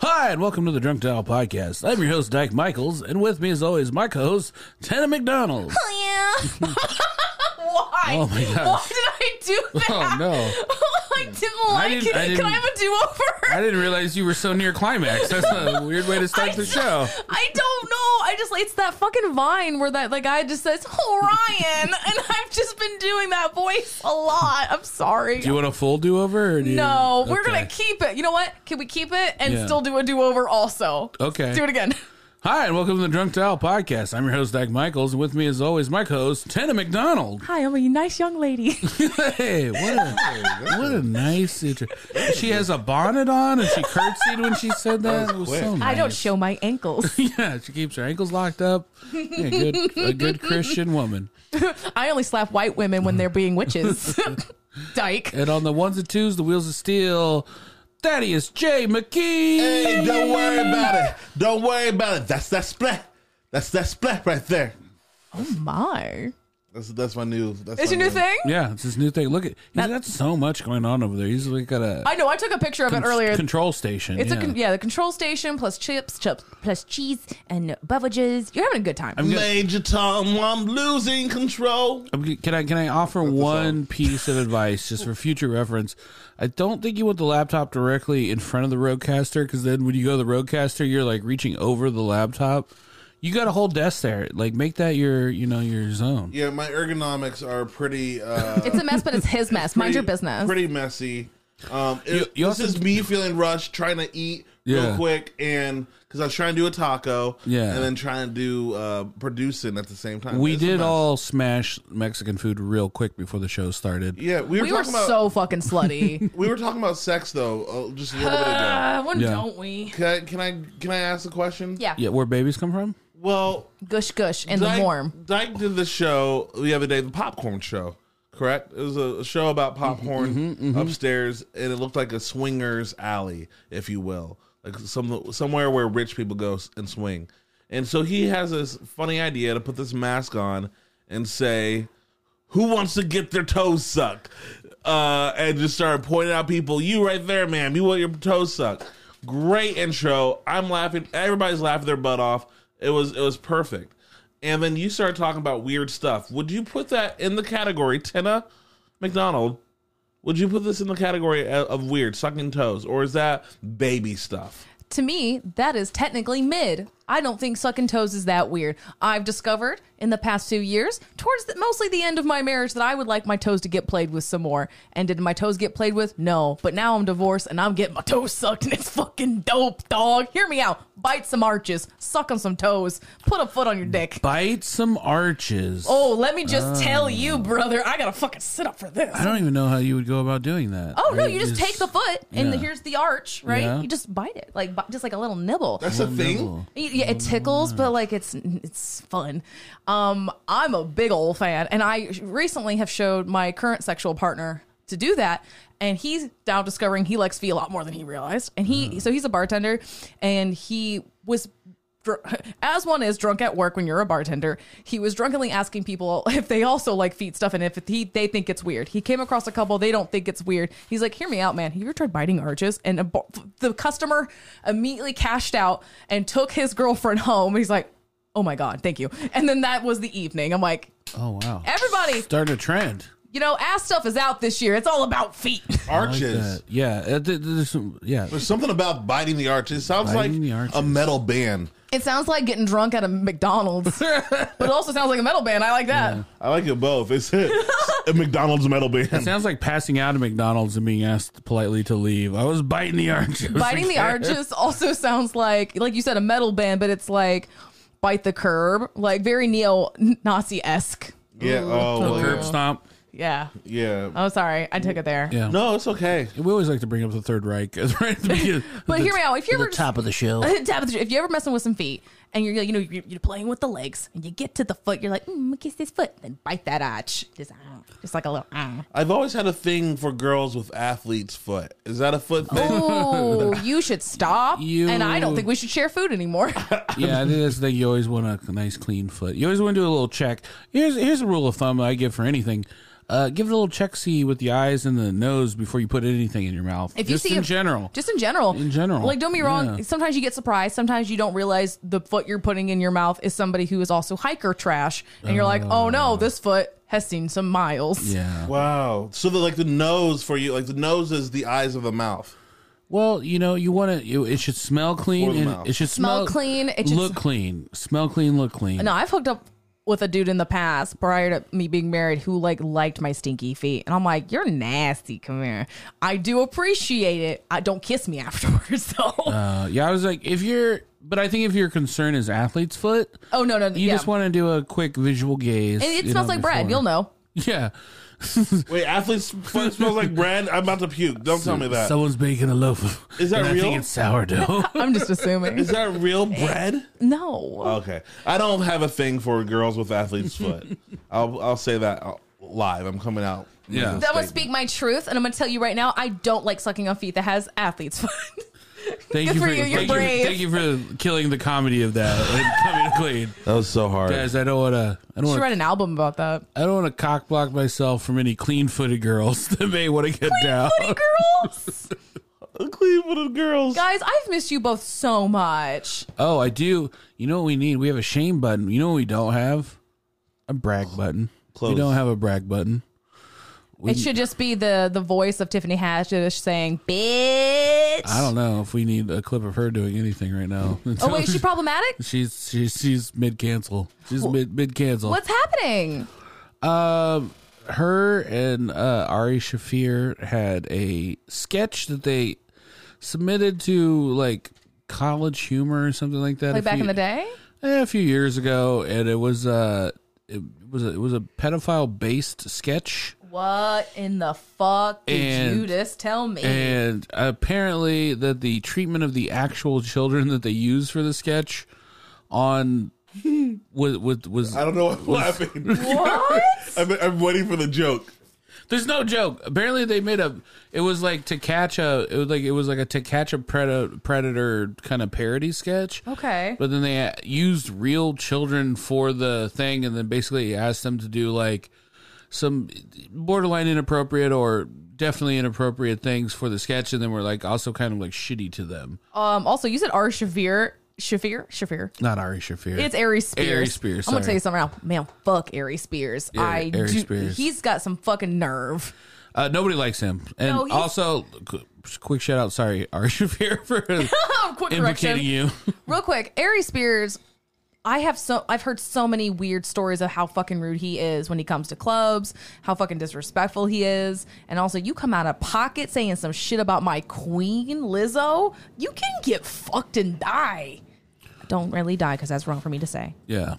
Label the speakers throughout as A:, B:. A: Hi, and welcome to the Drunk Dial Podcast. I'm your host, Dyke Michaels, and with me, as always, my co host, Tana McDonald.
B: Oh, yeah. Why?
A: Oh, my gosh.
B: Why did I do that?
A: Oh, no.
B: I didn't like
A: didn't-
B: it.
A: I
B: Can
A: didn't-
B: I have a do-over?
A: I didn't realize you were so near climax. That's a weird way to start the show.
B: I don't know. I just it's that fucking vine where that the guy just says, "Oh, Ryan," and I've just been doing that voice a lot. I'm sorry.
A: Do you want a full do over?
B: no, we're
A: Okay.
B: gonna keep it. You know what? Can we keep it and
A: Yeah.
B: still do a do-over? Also,
A: Okay.
B: do it again.
A: Hi, and welcome to the Drunk Dial Podcast. I'm your host, Dyke Michaels, and with me, as always, my co host, Tana McDonald.
B: Hi, I'm a nice young lady.
A: Hey, what a, what a nice intro. She has a bonnet on, and she curtsied when she said that. It was so
B: I don't
A: nice.
B: show my ankles.
A: Yeah, she keeps her ankles locked up. Yeah, good, a good Christian woman.
B: I only slap white women when they're being witches. Dyke.
A: And on the ones and twos, the wheels of steel, Thaddeus J. McKee.
C: Hey, don't worry about it. Don't worry about it. That's that splat. That's that splat right there.
B: My.
C: That's that's my new. That's
B: It's
C: my
B: your new thing?
A: Yeah, it's his new thing. Look at he's got so much going on over there. He's like got a
B: I know. I took a picture of it earlier.
A: control station.
B: It's
A: yeah.
B: a con- yeah, the control station plus chips, chips plus cheese and beverages. You're having a good time.
A: I'm gonna-
C: Major Tom, I'm losing control.
A: I'm g- can I can I offer one piece of advice just for future reference? I don't think you want the laptop directly in front of the roadcaster because then when you go to the roadcaster, you're like reaching over the laptop. You got a whole desk there. Like make that your you know your zone.
C: Yeah, my ergonomics are pretty. Uh,
B: it's a mess, but it's his mess. Mind
C: pretty-
B: your business.
C: Pretty messy. Um, it-
A: You- you
C: this
A: also-
C: is me feeling rushed, trying to eat
A: Yeah.
C: real quick, and because I was trying to do a taco,
A: Yeah.
C: and then trying to do uh, producing at the same time.
A: We
C: It's a
A: did
C: mess.
A: all smash Mexican food real quick before the show started.
C: Yeah, we were
B: we were
C: talking about
B: so fucking slutty.
C: we were talking about sex though, uh, just a little bit ago.
B: uh, when
A: Yeah.
B: don't we?
C: Can I, can I can I ask a question?
B: Yeah.
A: Yeah, where babies come from?
C: Well,
B: Gush gush in
C: Dyke-
B: the warm.
C: Dyke did the show the other day, the popcorn show. Correct. It was a show about popcorn upstairs, and it looked like a swingers alley, if you will, like some somewhere where rich people go s- and swing. And so he has this funny idea to put this mask on and say, "Who wants to get their toes sucked?" Uh, and just started pointing out people. You right there, ma'am. You want your toes sucked? Great intro. I'm laughing. Everybody's laughing their butt off. It was it was perfect. And then you started talking about weird stuff. Would you put that in the category Tina McDonald? Would you put this in the category of of weird sucking toes, or is that baby stuff?
B: To me, that is technically mid. I don't think sucking toes is that weird. I've discovered in the past few years, towards the, mostly the end of my marriage, that I would like my toes to get played with some more. And did my toes get played with? No. But now I'm divorced and I'm getting my toes sucked, and it's fucking dope, dog. Hear me out. Bite some arches, suck on some toes, put a foot on your dick.
A: Bite some arches.
B: Oh, let me just tell you, brother, I gotta fucking sit up for this.
A: Ah. I don't even know how you would go about doing that.
B: Oh no!
A: Right?
B: You just take the foot, and
A: yeah.
B: here's the arch, right?
A: Yeah.
B: You just bite it, like bi- just like a little nibble.
C: That's a thing.
B: Y- Yeah, it tickles, but like it's it's fun. Um, I'm a big old fan, and I recently have showed my current sexual partner to do that, and he's now discovering he likes feet a lot more than he realized. And he so he's a bartender, and he was. dr- As one is drunk at work when you're a bartender, he was drunkenly asking people if they also like feet stuff and if he they think it's weird. He came across a couple they don't think it's weird. He's like, "Hear me out, man. Have you ever tried biting arches?" And a bar- the customer immediately cashed out and took his girlfriend home. He's like, "Oh my god, thank you." And then that was the evening. I'm like,
A: Oh wow.
B: "Everybody,
A: Start a trend.
B: you know, ass stuff is out this year. It's all about feet."
A: Like
C: Arches.
A: that. Yeah. uh, th- th- There's some, yeah.
C: There's something about biting the arches. Sounds
A: Biting the
C: like
A: arches.
C: a metal band.
B: It sounds like getting drunk at a McDonald's, but it also sounds like a metal band. I like that.
C: I like it both. It's a McDonald's metal band.
A: Sounds like passing out at McDonald's and being asked politely to leave. I was biting the arches.
B: Biting the arches also sounds like, like you said, a metal band, but it's like bite the curb, like very neo-Nazi esque.
C: Yeah. Oh, well,
A: Curb
C: yeah.
A: stomp.
B: Yeah.
C: yeah.
B: Oh, sorry, I took it there.
A: Yeah.
C: No, it's okay.
A: We always like to bring up the Third Reich right at the beginning.
B: But
A: The-
B: hear me out. If you
A: the
B: ever
A: top of the show.
B: Tap it through. if you're ever messing with some feet and you're you know you're, you're playing with the legs, and you get to the foot, you're like, mm, kiss this foot, then bite that arch, just ah, just like a little. Ah.
C: I've always had a thing for girls with athlete's foot. Is that a foot thing?
B: Oh, you should stop.
A: You-
B: And I don't think we should share food anymore.
A: Yeah, I think that's the thing. You always want a nice clean foot. You always want to do a little check. Here's here's a rule of thumb I give for anything. Uh, give it a little check see with the eyes and the nose before you put anything in your mouth.
B: If you
A: just
B: see
A: in
B: a-
A: general.
B: just in general,
A: In general,
B: Like, don't be wrong.
A: yeah.
B: Sometimes you get surprised. Sometimes you don't realize the foot you're putting in your mouth is somebody who is also hiker trash, and you're like, oh no, this foot has seen some miles.
A: yeah.
C: Wow. So the like the nose for you, like the nose is the eyes of the mouth.
A: Well, you know, you want to. It should smell clean.
C: Or the
A: And
C: mouth.
A: it should smell,
B: Smell clean, it should
A: look clean. Smell clean. Look clean.
B: No, I've hooked up with a dude in the past prior to me being married who like liked my stinky feet. And I'm like, you're nasty. Come here. I do appreciate it. I don't kiss me afterwards though.
A: Uh, yeah, I was like, if you're, but I think if your concern is athlete's foot,
B: oh no, no,
A: you
B: yeah.
A: just want to do a quick visual gaze.
B: and it
A: you
B: smells
A: know,
B: like bread.
A: before.
B: You'll know.
A: Yeah,
C: Wait, athlete's foot smells like bread. I'm about to puke. Don't tell me that. Is
A: someone's baking a loaf. Of,
C: Is that
A: and I
C: real?
A: think it's sourdough.
B: I'm just assuming.
C: that real bread?
B: no.
C: Okay. I don't have a thing for girls with athlete's foot. I'll I'll say that out live. I'm coming out. with
A: Yeah.
C: a
B: that would
C: statement.
B: speak my truth, and I'm gonna tell you right now, I don't like sucking on feet that has athlete's foot.
A: Thank
B: Good
A: you
B: for
A: for,
B: you, you're
A: thank
B: brave.
A: You, thank you for killing the comedy of that and coming clean,
C: That was so hard.
A: guys. I don't want to. I don't
B: Should
A: want.
B: write an album about that.
A: I don't want to cock block myself from any clean-footed girls that may want to get down.
B: Hey, girls,
C: Cleveland
B: Oh.
C: girls.
B: guys, I've missed you both so much.
A: Oh, I do. You know what we need? We have a shame button. You know what we don't have? A brag button.
C: Close.
A: We don't have a brag button.
B: It should just be the the voice of Tiffany Haddish saying, "Bitch."
A: I don't know if we need a clip of her doing anything right now.
B: Oh wait, is she problematic?
A: she's she's she's mid cancel. She's mid mid cancel.
B: What's happening?
A: Um, her and uh, Ari Shafir had a sketch that they submitted to like College Humor or something like that. a
B: Like back
A: few-
B: in the day?
A: eh, a few years ago, and it was uh, it was a, it was a pedophile based sketch.
B: What in the fuck did
A: And-
B: you just tell me?
A: and apparently that the treatment of the actual children that they used for the sketch on was was, was
C: I don't know why I'm laughing.
B: what?
C: I'm, I'm waiting for the joke.
A: there's no joke apparently they made a it was like to catch a it was like it was like a to catch a predator predator kind of parody sketch
B: Okay.
A: but then they uh, used real children for the thing and then basically asked them to do like some borderline inappropriate or definitely inappropriate things for the sketch and then we're like also kind of like shitty to them
B: Um. Also, you said R. Shavir. Shafir? Shafir.
A: Not Ari Shafir.
B: It's Ari Spears.
A: Ari Spears,
B: I'm gonna
A: sorry.
B: tell you something now. Man, fuck Ari Spears. I
A: Ari
B: do,
A: Spears.
B: He's got some fucking nerve.
A: uh, nobody likes him. And
B: No, he's-
A: also, qu- quick shout out. Sorry, Ari Shafir for
B: Oh, quick correction.
A: implicating you.
B: Real quick, Ari Spears. I have so I've heard so many weird stories of how fucking rude he is when he comes to clubs, how fucking disrespectful he is, and also you come out of pocket saying some shit about my queen Lizzo, you can get fucked and die. Don't really die because that's wrong for me to say.
A: Yeah.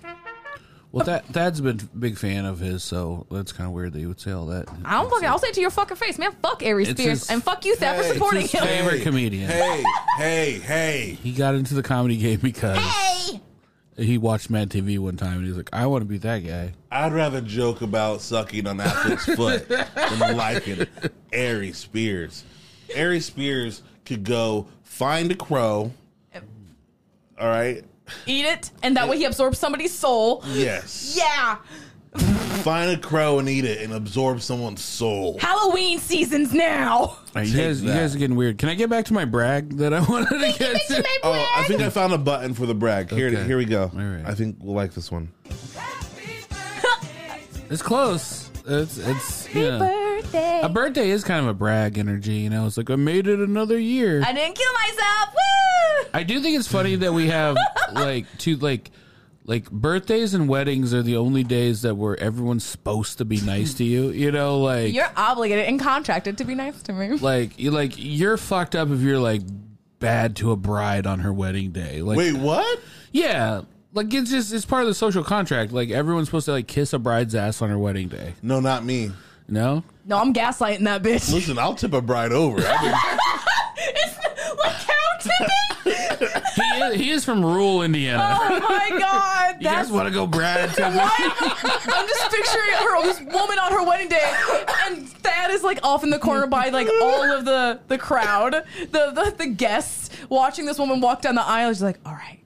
A: Well, that Thad's been a big fan of his, so that's kind of weird that you would say all that.
B: I don't fucking. I'll say it to your fucking face, man. Fuck Ari
A: It's
B: Spears
A: his-
B: and fuck you, Thad, for
C: Hey, it's
B: supporting
A: his
B: him.
A: face. Favorite comedian.
C: Hey, hey, hey.
A: He got into the comedy game because he watched Mad TV one time, and he's like, "I want to be that guy."
C: I'd rather joke about sucking on athlete's foot than liking Ari Spears. Ari Spears could go find a crow. All right.
B: Eat it, and that way he absorbs somebody's soul.
C: Yes.
B: Yeah,
C: Find a crow and eat it and absorb someone's soul.
B: Halloween season's now.
A: All right, you
C: Take
A: guys, you
C: that.
A: guys are getting weird. Can I get back to my brag that I wanted to get to?
C: Oh, I think I found a button for the brag. Here,
A: Okay.
C: here we go.
A: All right.
C: I think we'll like this one.
A: It's close. It's it's yeah.
B: birthday.
A: A birthday is kind of a brag energy, you know. It's like I made it another year.
B: I didn't kill myself. Woo!
A: I do think it's funny that we have like two like like birthdays and weddings are the only days that where everyone's supposed to be nice to you. You know, like
B: You're obligated and contracted to be nice to me.
A: like you like you're fucked up if you're like bad to a bride on her wedding day. Like
C: Wait, what?
A: yeah. Like it's just it's part of the social contract. Like everyone's supposed to like kiss a bride's ass on her wedding day.
C: No, not me.
A: No?
B: No, I'm gaslighting that bitch.
C: Listen, I'll tip a bride over. I mean,
B: it's like how tipping.
A: He is, he is from rural Indiana.
B: Oh my god,
A: you guys
B: that's
A: want to go Brad to
B: I'm just picturing her this woman on her wedding day, and Thad is like off in the corner by like all of the the crowd, the the, the guests watching this woman walk down the aisle. She's like, all right.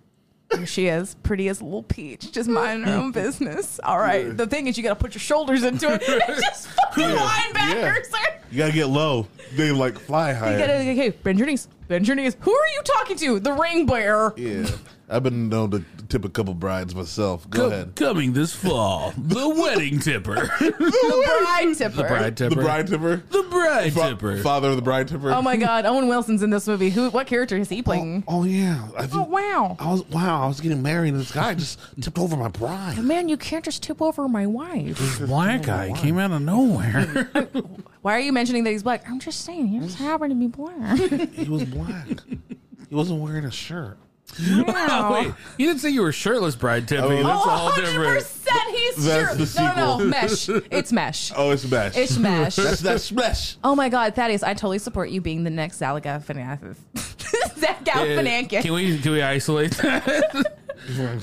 B: There she is, pretty as a little peach, just minding her own business. All right. The thing is, you got to put your shoulders into it. It's just fucking linebackers. are-
C: You gotta get low. They like fly high.
B: You got to, hey, bend your knees. Bend your knees. Who are you talking to? The ring bearer.
C: yeah, I've been known to tip a couple brides myself. Go
A: Co-
C: ahead.
A: coming this fall, the wedding tipper,
B: The bride tipper.
A: the bride tipper,
C: The bride tipper,
A: the bride
C: Fa-
A: tipper.
C: father of the bride tipper.
B: Oh my God. Owen Wilson's in this movie. Who? What character is he
C: Oh,
B: playing?
C: oh, yeah. I
B: Oh,
C: think-
B: wow.
C: I was wow. I was getting married, and this guy just tipped over my bride.
B: Man, you can't just tip over my wife.
A: Black guy came out of nowhere.
B: Why are you mentioning that he's black? I'm just saying, he just happened to be black.
C: He was black. he wasn't wearing a shirt.
A: Oh,
B: Wow.
A: wait, you didn't say you were shirtless bride tipping.
C: Oh,
A: that's all
B: Oh,
A: different.
B: 100% he's
C: That's
B: sure.
C: the
B: No, no, no,
C: sequel.
B: mesh. It's mesh.
C: Oh, it's bash.
B: It's mesh.
C: that's that's smash.
B: oh my God, Thaddeus, I totally support you being the next Zalaga Fanakis.
A: Uh,
B: Zalaga
A: Can we can we isolate that?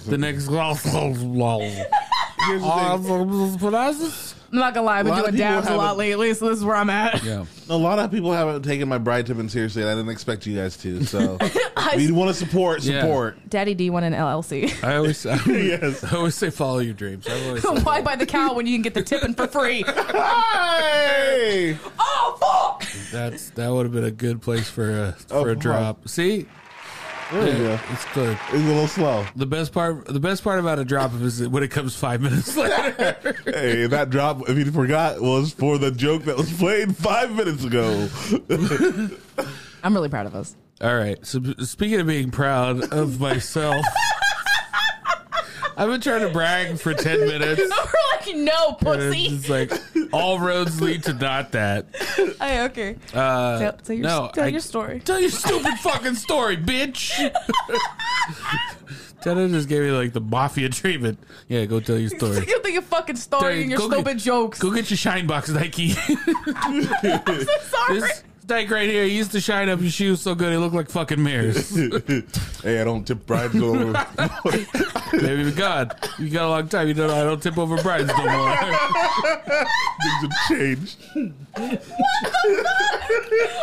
A: the next
C: Here's the
B: Um,
C: thing.
B: I'm not gonna lie, I've been
C: A lot
B: doing
C: of people
B: dabs a
C: have
B: lot
C: a-
B: lately, so this is where I'm at.
A: Yeah.
C: A lot of people haven't taken my bride tipping seriously, and I didn't expect you guys to. So we want to support,
A: Yeah.
C: support.
B: Daddy D won an LLC.
A: I always I always,
C: Yes.
A: I always say follow your dreams. I've always said
B: Why buy the cow when you can get the tipping for free?
C: Hey!
B: oh, fuck!
A: that's that would have been a good place for a for a
C: fuck.
A: drop. See?
C: There we go.
A: It's good.
C: It's a little slow.
A: The best part the best part about a drop is that when it comes five minutes later.
C: Hey, and that drop, if you forgot, was for the joke that was played five minutes ago.
B: I'm really proud of us.
A: All right. So speaking of being proud of myself, I've been trying to brag for ten minutes.
B: We're like, no,
A: and
B: pussy.
A: It's like all roads lead to not that.
B: Oh, okay.
A: Uh,
B: Tell- tell your- tell your story.
A: Tell your stupid fucking story, bitch. Tana just gave me like the mafia treatment. Yeah, go tell your
B: You're
A: story.
B: thinking fucking story and your
A: Go
B: stupid
A: get-
B: jokes.
A: Go get your shine box, Nike.
B: Sorry.
A: this Nike right here he used to shine up your shoes so good it looked like fucking mirrors.
C: hey, I don't tip brides over.
A: Baby God, you got a long time. You don't know I don't tip over brides no more.
C: Things have changed.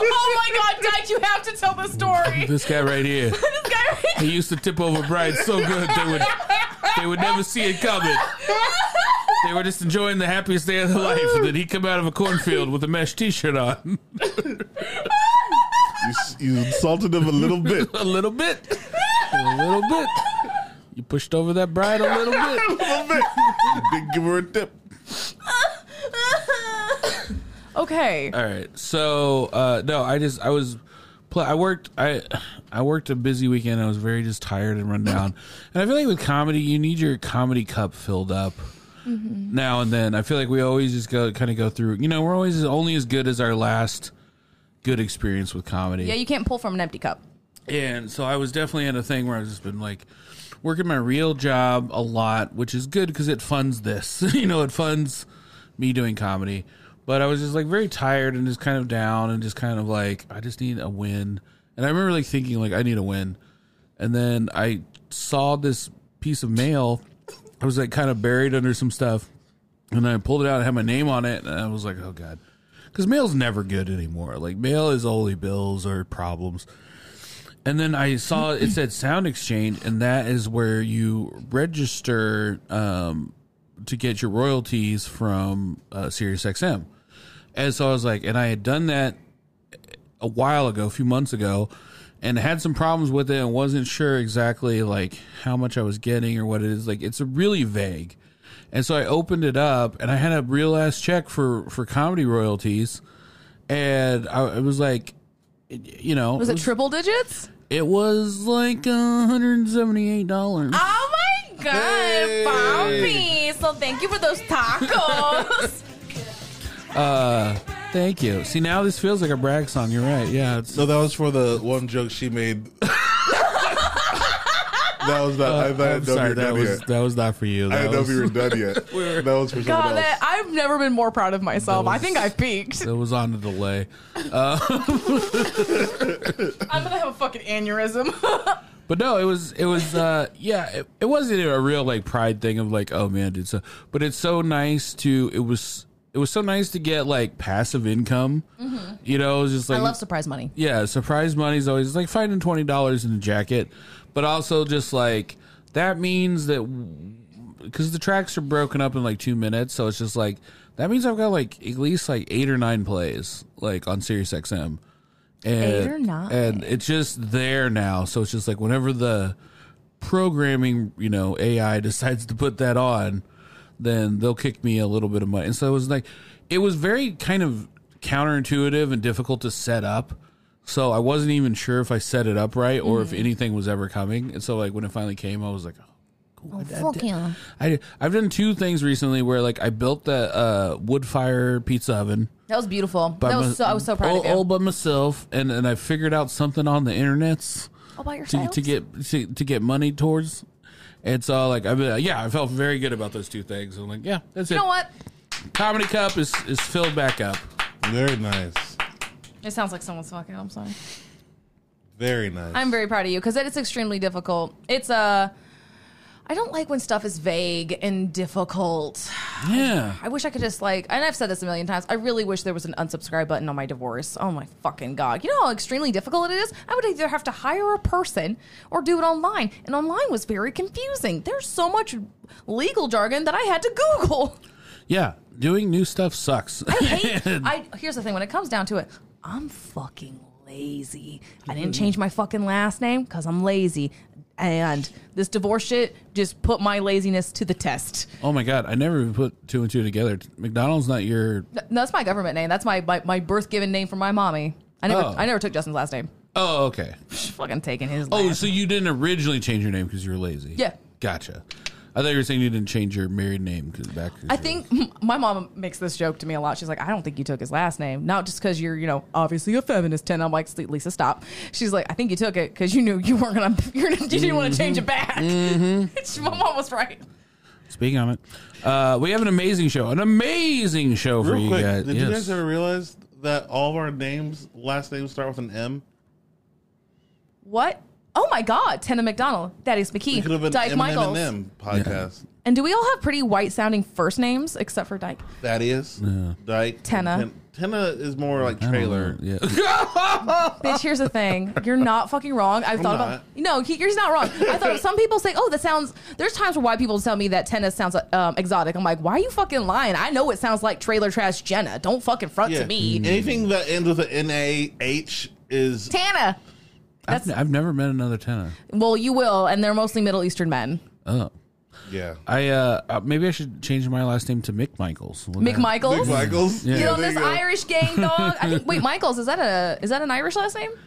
B: oh my god, Dad, you have to tell the story. this
A: this guy right here,
B: guy right
A: he used to tip over brides so good they would they would never see it coming. They were just enjoying the happiest day of their life, and then he come out of a cornfield with a mesh T-shirt on.
C: You, s- you insulted them a little bit.
A: a little bit, a little bit. You pushed over that bride a little bit.
C: A little bit. You didn't give her a tip.
B: okay.
A: All right, so uh, no, I just I was, pl- I worked I, I worked a busy weekend. I was very just tired and run down, and I feel like with comedy, you need your comedy cup filled up. Now and then, I feel like we always just go kind of go through. You know, we're always only as good as our last good experience with comedy.
B: Yeah, you can't pull from an empty cup.
A: And so I was definitely at a thing where I've just been like working my real job a lot, which is good because it funds this. you know, it funds me doing comedy. But I was just like very tired and just kind of down and just kind of like, I just need a win. And I remember like thinking, like, I need a win. And then I saw this piece of mail. I was like kind of buried under some stuff. And I pulled it out and had my name on it. And I was like, oh God. Because mail's never good anymore. Like, mail is only bills or problems. And then I saw it said Sound Exchange, and that is where you register um, to get your royalties from uh, SiriusXM. And so I was like, and I had done that a while ago, a few months ago, and had some problems with it, and wasn't sure exactly like how much I was getting or what it is. Like it's really vague. And so I opened it up, and I had a real ass check for for comedy royalties, and I, it was like, it- you know,
B: Was it triple digits?
A: it was like hundred and seventy-eight dollars.
B: Oh my god,
C: Hey.
B: Pompey. So thank you for those tacos.
A: Thank you. See, now this feels like a brag song. You're right. Yeah, it's,
C: No, that was for the one joke she made. Uh, that was not. I, I
A: I'm
C: didn't know if you
A: sorry.
C: were
A: That
C: done
A: was
C: yet.
A: that was not for you.
C: I
A: That
C: didn't know if
A: was,
C: you were done yet. that was for someone
B: god,
C: else.
B: that, I've never been more proud of myself. I
A: was-
B: think I've peaked.
A: that was on the delay.
B: I'm gonna have a fucking aneurysm.
A: But no, it was it was uh yeah, it, it wasn't a real like pride thing of like, oh man, dude, so but it's so nice to it was it was so nice to get like passive income. You know, it was just like
B: Mm-hmm. I love surprise money.
A: yeah, surprise money's always it's like finding twenty dollars in a jacket, but also just like that means that because the tracks are broken up in like two minutes, so it's just like that means I've got like at least like eight or nine plays like on Sirius XM, and
B: Eight or nine.
A: and it's just there now. So it's just like whenever the programming, you know, AI decides to put that on, then they'll kick me a little bit of money. And so it was like, it was very kind of counterintuitive and difficult to set up. So I wasn't even sure if I set it up right or if
B: Mm-hmm.
A: anything was ever coming. And so like when it finally came, I was like, oh, cool. I- I
B: fuck
A: did-
B: yeah.
A: I I've done two things recently where like I built the uh, wood fire pizza oven
B: That was beautiful.
A: by
B: that
A: my-
B: was so, I was so proud
A: all,
B: of you.
A: all by myself, and and I figured out something on the internets
B: all by
A: to,
B: yourself.
A: to get to, to get money towards. And so like I've been, yeah, I felt very good about those two things. I'm like, yeah, that's
B: you
A: it.
B: know what?
A: Comedy cup is is filled back up.
C: Very nice.
B: It sounds like someone's fucking. I'm sorry.
C: Very nice.
B: I'm very proud of you because it's extremely difficult. It's Uh, I don't like when stuff is vague and difficult.
A: Yeah.
B: I wish I could just like, and I've said this a million times. I really wish there was an unsubscribe button on my divorce. Oh my fucking god! You know how extremely difficult it is. I would either have to hire a person or do it online, and online was very confusing. There's so much legal jargon that I had to Google.
A: Yeah. Doing new stuff sucks.
B: I hate. I here's the thing. When it comes down to it, I'm fucking lazy. I
A: Mm-hmm.
B: didn't change my fucking last name because I'm lazy, and this divorce shit just put my laziness to the test.
A: oh my god, I never even put two and two together. McDonald's not your
B: No, that's my government name. That's my my, my birth given name from my mommy. I never
A: Oh.
B: I never took Justin's last name.
A: Oh, okay.
B: Fucking taking his.
A: Oh,
B: last.
A: so you didn't originally change your name because you were lazy.
B: Yeah.
A: Gotcha. I thought you were saying you didn't change your married name because back.
B: I think my mom makes this joke to me a lot. She's like, I don't think you took his last name. Not just because you're, you know, obviously a feminist. And I'm like, "Sle- Lisa, stop. She's like, I think you took it because you knew you weren't going to, you didn't want to change it back.
A: Mm-hmm.
B: my mom was right.
A: Speaking on it, uh, we have an amazing show. An amazing show for
C: Real
A: you
C: quick,
A: guys.
C: did
A: yes.
C: you guys ever realize that all of our names, last names, start with an M?
B: What? Oh my God. Tana McDonald, Thaddeus
C: It could have
B: McKee,
C: been
B: Dyke
C: M
B: Michaels.
C: and M podcast.
B: And do we all have pretty white sounding first names except for Dyke?
C: Thaddeus, Dyke,
B: Tenna.
C: Ten- Tenna is more like trailer.
A: Yeah.
B: Bitch, here's the thing. You're not fucking wrong. I've thought about
C: not.
B: no. He, he's not wrong. I thought some people say, "Oh, that sounds." There's times where white people tell me that tennis sounds um, exotic. I'm like, why are you fucking lying? I know it sounds like trailer trash Jenna. Don't fucking front
C: Yeah. Mm-hmm.
B: to me,
C: Anything that ends with an N A H is
B: Tana.
A: I've,
B: That's
A: I've never met another tenor.
B: well, you will, and they're mostly Middle Eastern men.
A: Oh,
C: yeah.
A: I uh, uh, maybe I should change my last name to Mick Michaels. Would
B: Mick
A: that-
B: Michaels.
C: Big Michaels.
B: Get on
C: there
B: this
C: you go.
B: Irish gang dog. I think, wait, Michaels is that a is that an Irish last name?
C: Um,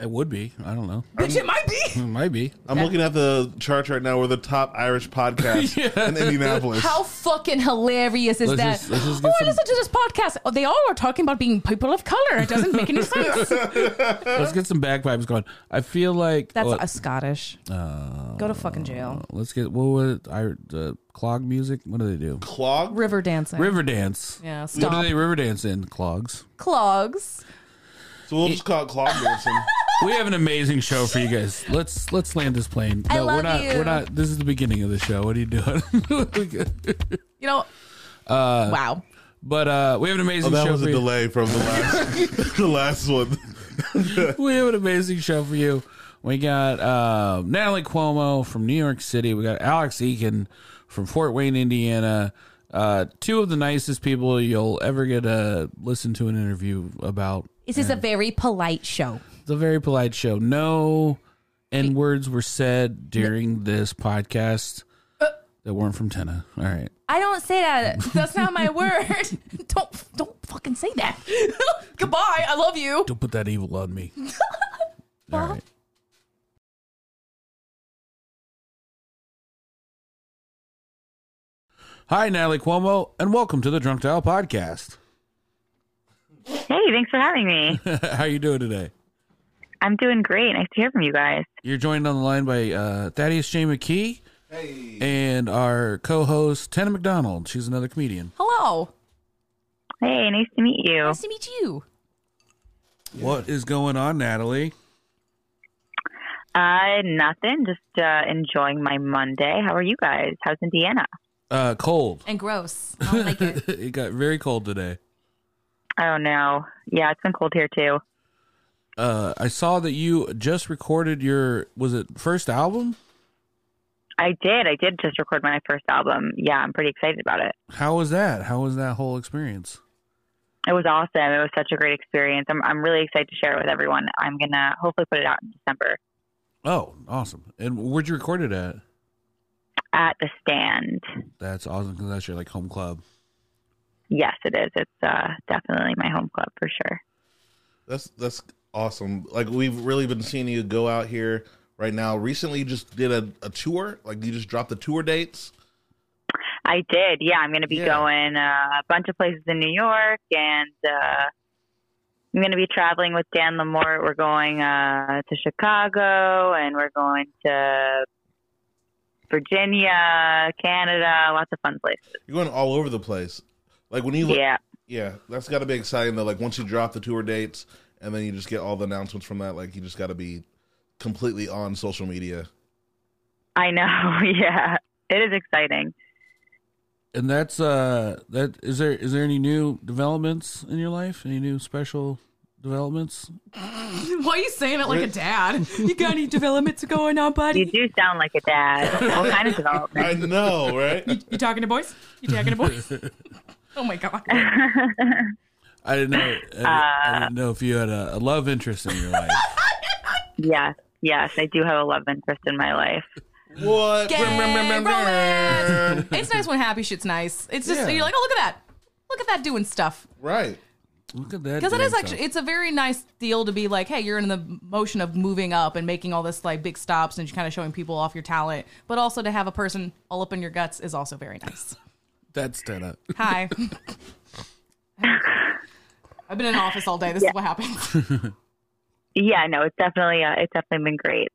A: It would be. I don't know.
B: Bitch, it might be.
A: It might be.
C: I'm looking at the charts right now. We're the top Irish podcast in Indianapolis.
B: How fucking hilarious is
A: Let's
B: that?
A: just- let's just
B: oh,
A: get
B: I
A: some-
B: listen to this podcast. Oh, they all are talking about being people of color. It doesn't make any sense.
A: Let's get some bagpipes going. I feel like
B: That's
A: well, uh,
B: a Scottish. Go to fucking jail.
A: let's get what was it? I uh, clog music. What do they do?
C: Clog.
B: River dancing.
A: River dance.
B: Yeah,
A: What do
B: stop.
A: they river dance in? Clogs.
B: Clogs.
C: So we'll just call it Clog Wilson.
A: We have an amazing show for you guys. Let's let's land this plane.
B: I
A: we're
B: love
A: not.
B: you.
A: We're not. This is the beginning of the show. What are you doing?
B: You know.
A: Uh,
B: wow.
A: but uh, we have an amazing
C: Oh, that
A: show.
C: was
A: for
C: a
A: you.
C: delay from the last the last one.
A: we have an amazing show for you. We got uh, Natalie Cuomo from New York City. We got Alex Eakin from Fort Wayne, Indiana. Uh, two of the nicest people you'll ever get to listen to an interview about.
B: This is a very polite show.
A: It's a very polite show. No N words were said during this podcast that weren't from Tenna. All right.
B: I don't say that. That's not my word. don't don't fucking say that. Goodbye. I love you.
A: Don't put that evil on me. All right. Hi, Natalie Cuomo, and welcome to the Drunk Dial Podcast.
D: Hey, thanks for having me.
A: How you doing today?
D: I'm doing great. Nice to hear from you guys.
A: You're joined on the line by uh, Thaddeus J. McKee and our co-host Tana McDonald. She's another comedian.
B: Hello.
D: Hey, nice to meet you.
B: Nice to meet you.
A: What is going on, Natalie?
D: Uh, nothing. Just uh, enjoying my Monday. How are you guys? How's Indiana?
A: Uh, cold.
E: and gross. I don't like it.
A: It got very cold today.
D: Oh no. Yeah, it's been cold here too.
A: Uh, I saw that you just recorded your was it first album?
D: I did. I did just record my first album. Yeah, I'm pretty excited about it.
A: How was that? How was that whole experience?
D: It was awesome. It was such a great experience. I'm I'm really excited to share it with everyone. I'm gonna hopefully put it out in December
A: Oh, awesome! And where'd you record it at?
D: at the stand.
A: That's awesome because that's your like home club.
D: Yes, it is. It's uh, definitely my home club for sure.
C: That's that's awesome. Like we've really been seeing you go out here right now. Recently, you just did a, a tour. Like you just dropped the tour dates.
D: I did. Yeah, I'm going to be
C: Yeah.
D: going uh, a bunch of places in New York, and uh, I'm going to be traveling with Dan Lamort. We're going uh, to Chicago, and we're going to Virginia, Canada, lots of fun places.
C: You're going all over the place. Like when you look,
D: Yeah,
C: yeah, that's got to be exciting though. Like once you drop the tour dates, and then you just get all the announcements from that. Like you just got to be completely on social media.
D: I know. yeah, it is exciting.
A: And that's uh that is there is there any new developments in your life? Any new special developments?
B: Why are you saying it like a dad? You got any developments going on,
D: You
B: buddy?
D: do sound like a dad. what kind of development?
C: I know, right?
B: You talking to boys? You talking to boys? oh my god!
A: I didn't know. I, didn't- I didn't
B: Uh,
A: know if you had a, a love interest in your life.
D: Yes, yes, I do have a love interest in my life.
C: what?
B: Gay romance. It's nice when happy shit's nice. It's just
C: Yeah.
B: you're like, oh look at that, look at that doing stuff.
C: Right.
A: Look at that.
B: Because it
A: damn
B: is actually,
A: stuff.
B: it's a very nice deal to be like, hey, you're in the motion of moving up and making all this like big stops and kind of showing people off your talent, but also to have a person all up in your guts is also very nice.
A: that's ten up.
B: Hi. I've been in office all day. This is what happens.
D: Yeah, no, it's definitely uh, it's definitely been great.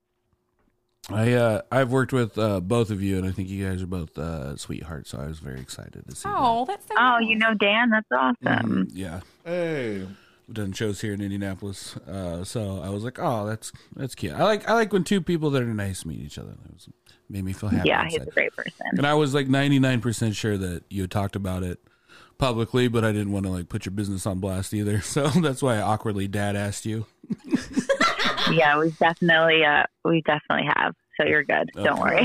A: I uh, I've worked with uh, both of you, and I think you guys are both uh, sweethearts. So I was very excited to see.
B: Oh, that's so
D: Oh,
B: nice.
D: you know Dan, that's
A: that.
C: Mm-hmm.
D: awesome.
A: Mm, yeah,
C: Hey.
A: we've done shows here in Indianapolis. Uh, so I was like, oh, that's that's cute. I like I like when two people that are nice meet each other. It was, made me feel happy.
D: Yeah, he's
A: inside.
D: a great person.
A: And I was like 99% sure that you had talked about it publicly, but I didn't want to like put your business on blast either. So that's why I awkwardly dad asked you.
D: Yeah, we definitely, uh, we definitely have. So you're good. Don't worry.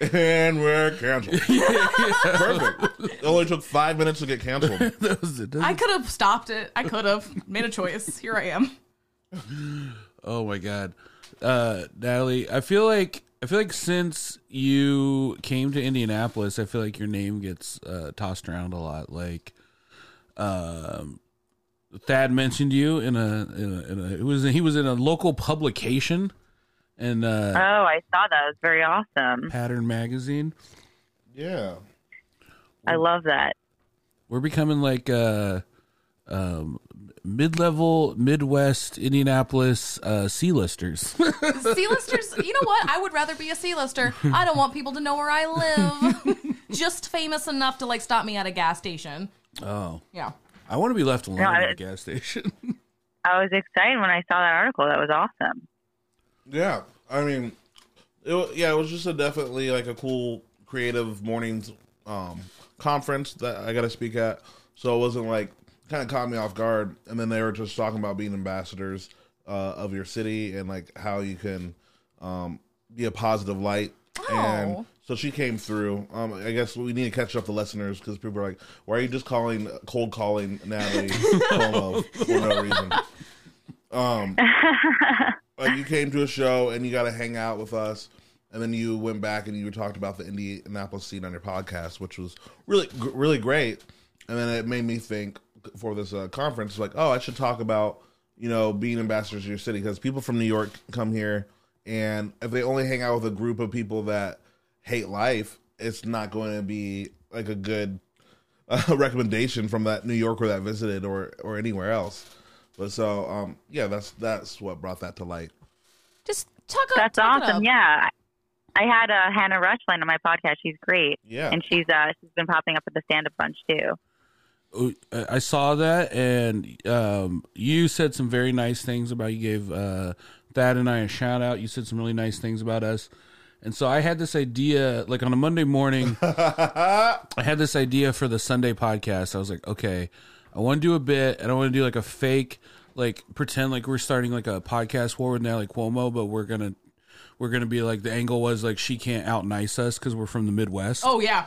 C: And we're canceled. Perfect. It only took five minutes to get canceled.
A: That was it.
B: I could have stopped it. I could have made a choice. Here I am.
A: oh my God. Uh, Natalie, I feel like. I feel like since you came to Indianapolis, I feel like your name gets uh, tossed around a lot. Like, um, Thad mentioned you in a in a, in a it was he was in a local publication, and
D: oh,
A: uh,
D: I saw that. It was very awesome.
A: Pattern Magazine.
C: Yeah.
D: I love that.
A: We're becoming like uh um mid-level Midwest Indianapolis uh C-listers.
B: C-listers, you know what? I would rather be a C-lister. I don't want people to know where I live. Just famous enough to like stop me at a gas station.
A: oh.
B: Yeah.
A: I want to be left alone
D: No,
A: at
D: I-
A: the gas station.
D: I was excited when I saw that article. That was awesome.
C: Yeah. I mean, it, wa- yeah, it was just a definitely like a cool creative mornings um, conference that I got to speak at. So it wasn't like kind of caught me off guard. And then they were just talking about being ambassadors uh, of your city and like how you can um, be a positive light. And
B: Oh.
C: so she came through. Um, I guess we need to catch up the listeners because people are like, "Why are you just calling cold calling Natalie Cuomo for no reason?" Um, like you came to a show and you got to hang out with us, and then you went back and you talked about the Indianapolis scene on your podcast, which was really, g- really great. And then it made me think for this uh, conference, like, oh, I should talk about you know being ambassadors of your city because people from New York come here, and if they only hang out with a group of people that hate life, it's not going to be like a good a recommendation from that New Yorker that visited or or anywhere else. But so um yeah, that's that's what brought that to light.
B: Just tuck up.
D: That's
B: tuck Oh, it
D: awesome.
B: up.
D: Yeah. I had uh, Hannah Rushland on my podcast. She's great.
C: Yeah.
D: And she's uh, she's been popping up at the stand up bunch too.
A: Oh, I I saw that and um you said some very nice things about you gave uh Thad and I a shout out. You said some really nice things about us. And so I had this idea, like on a Monday morning, I had this idea for the Sunday podcast. I was like, okay, I want to do a bit and I want to do like a fake, like pretend like we're starting like a podcast war with Natalie Cuomo, but we're going to. We're gonna be like the angle was like she can't out nice us because we're from the Midwest.
B: Oh yeah,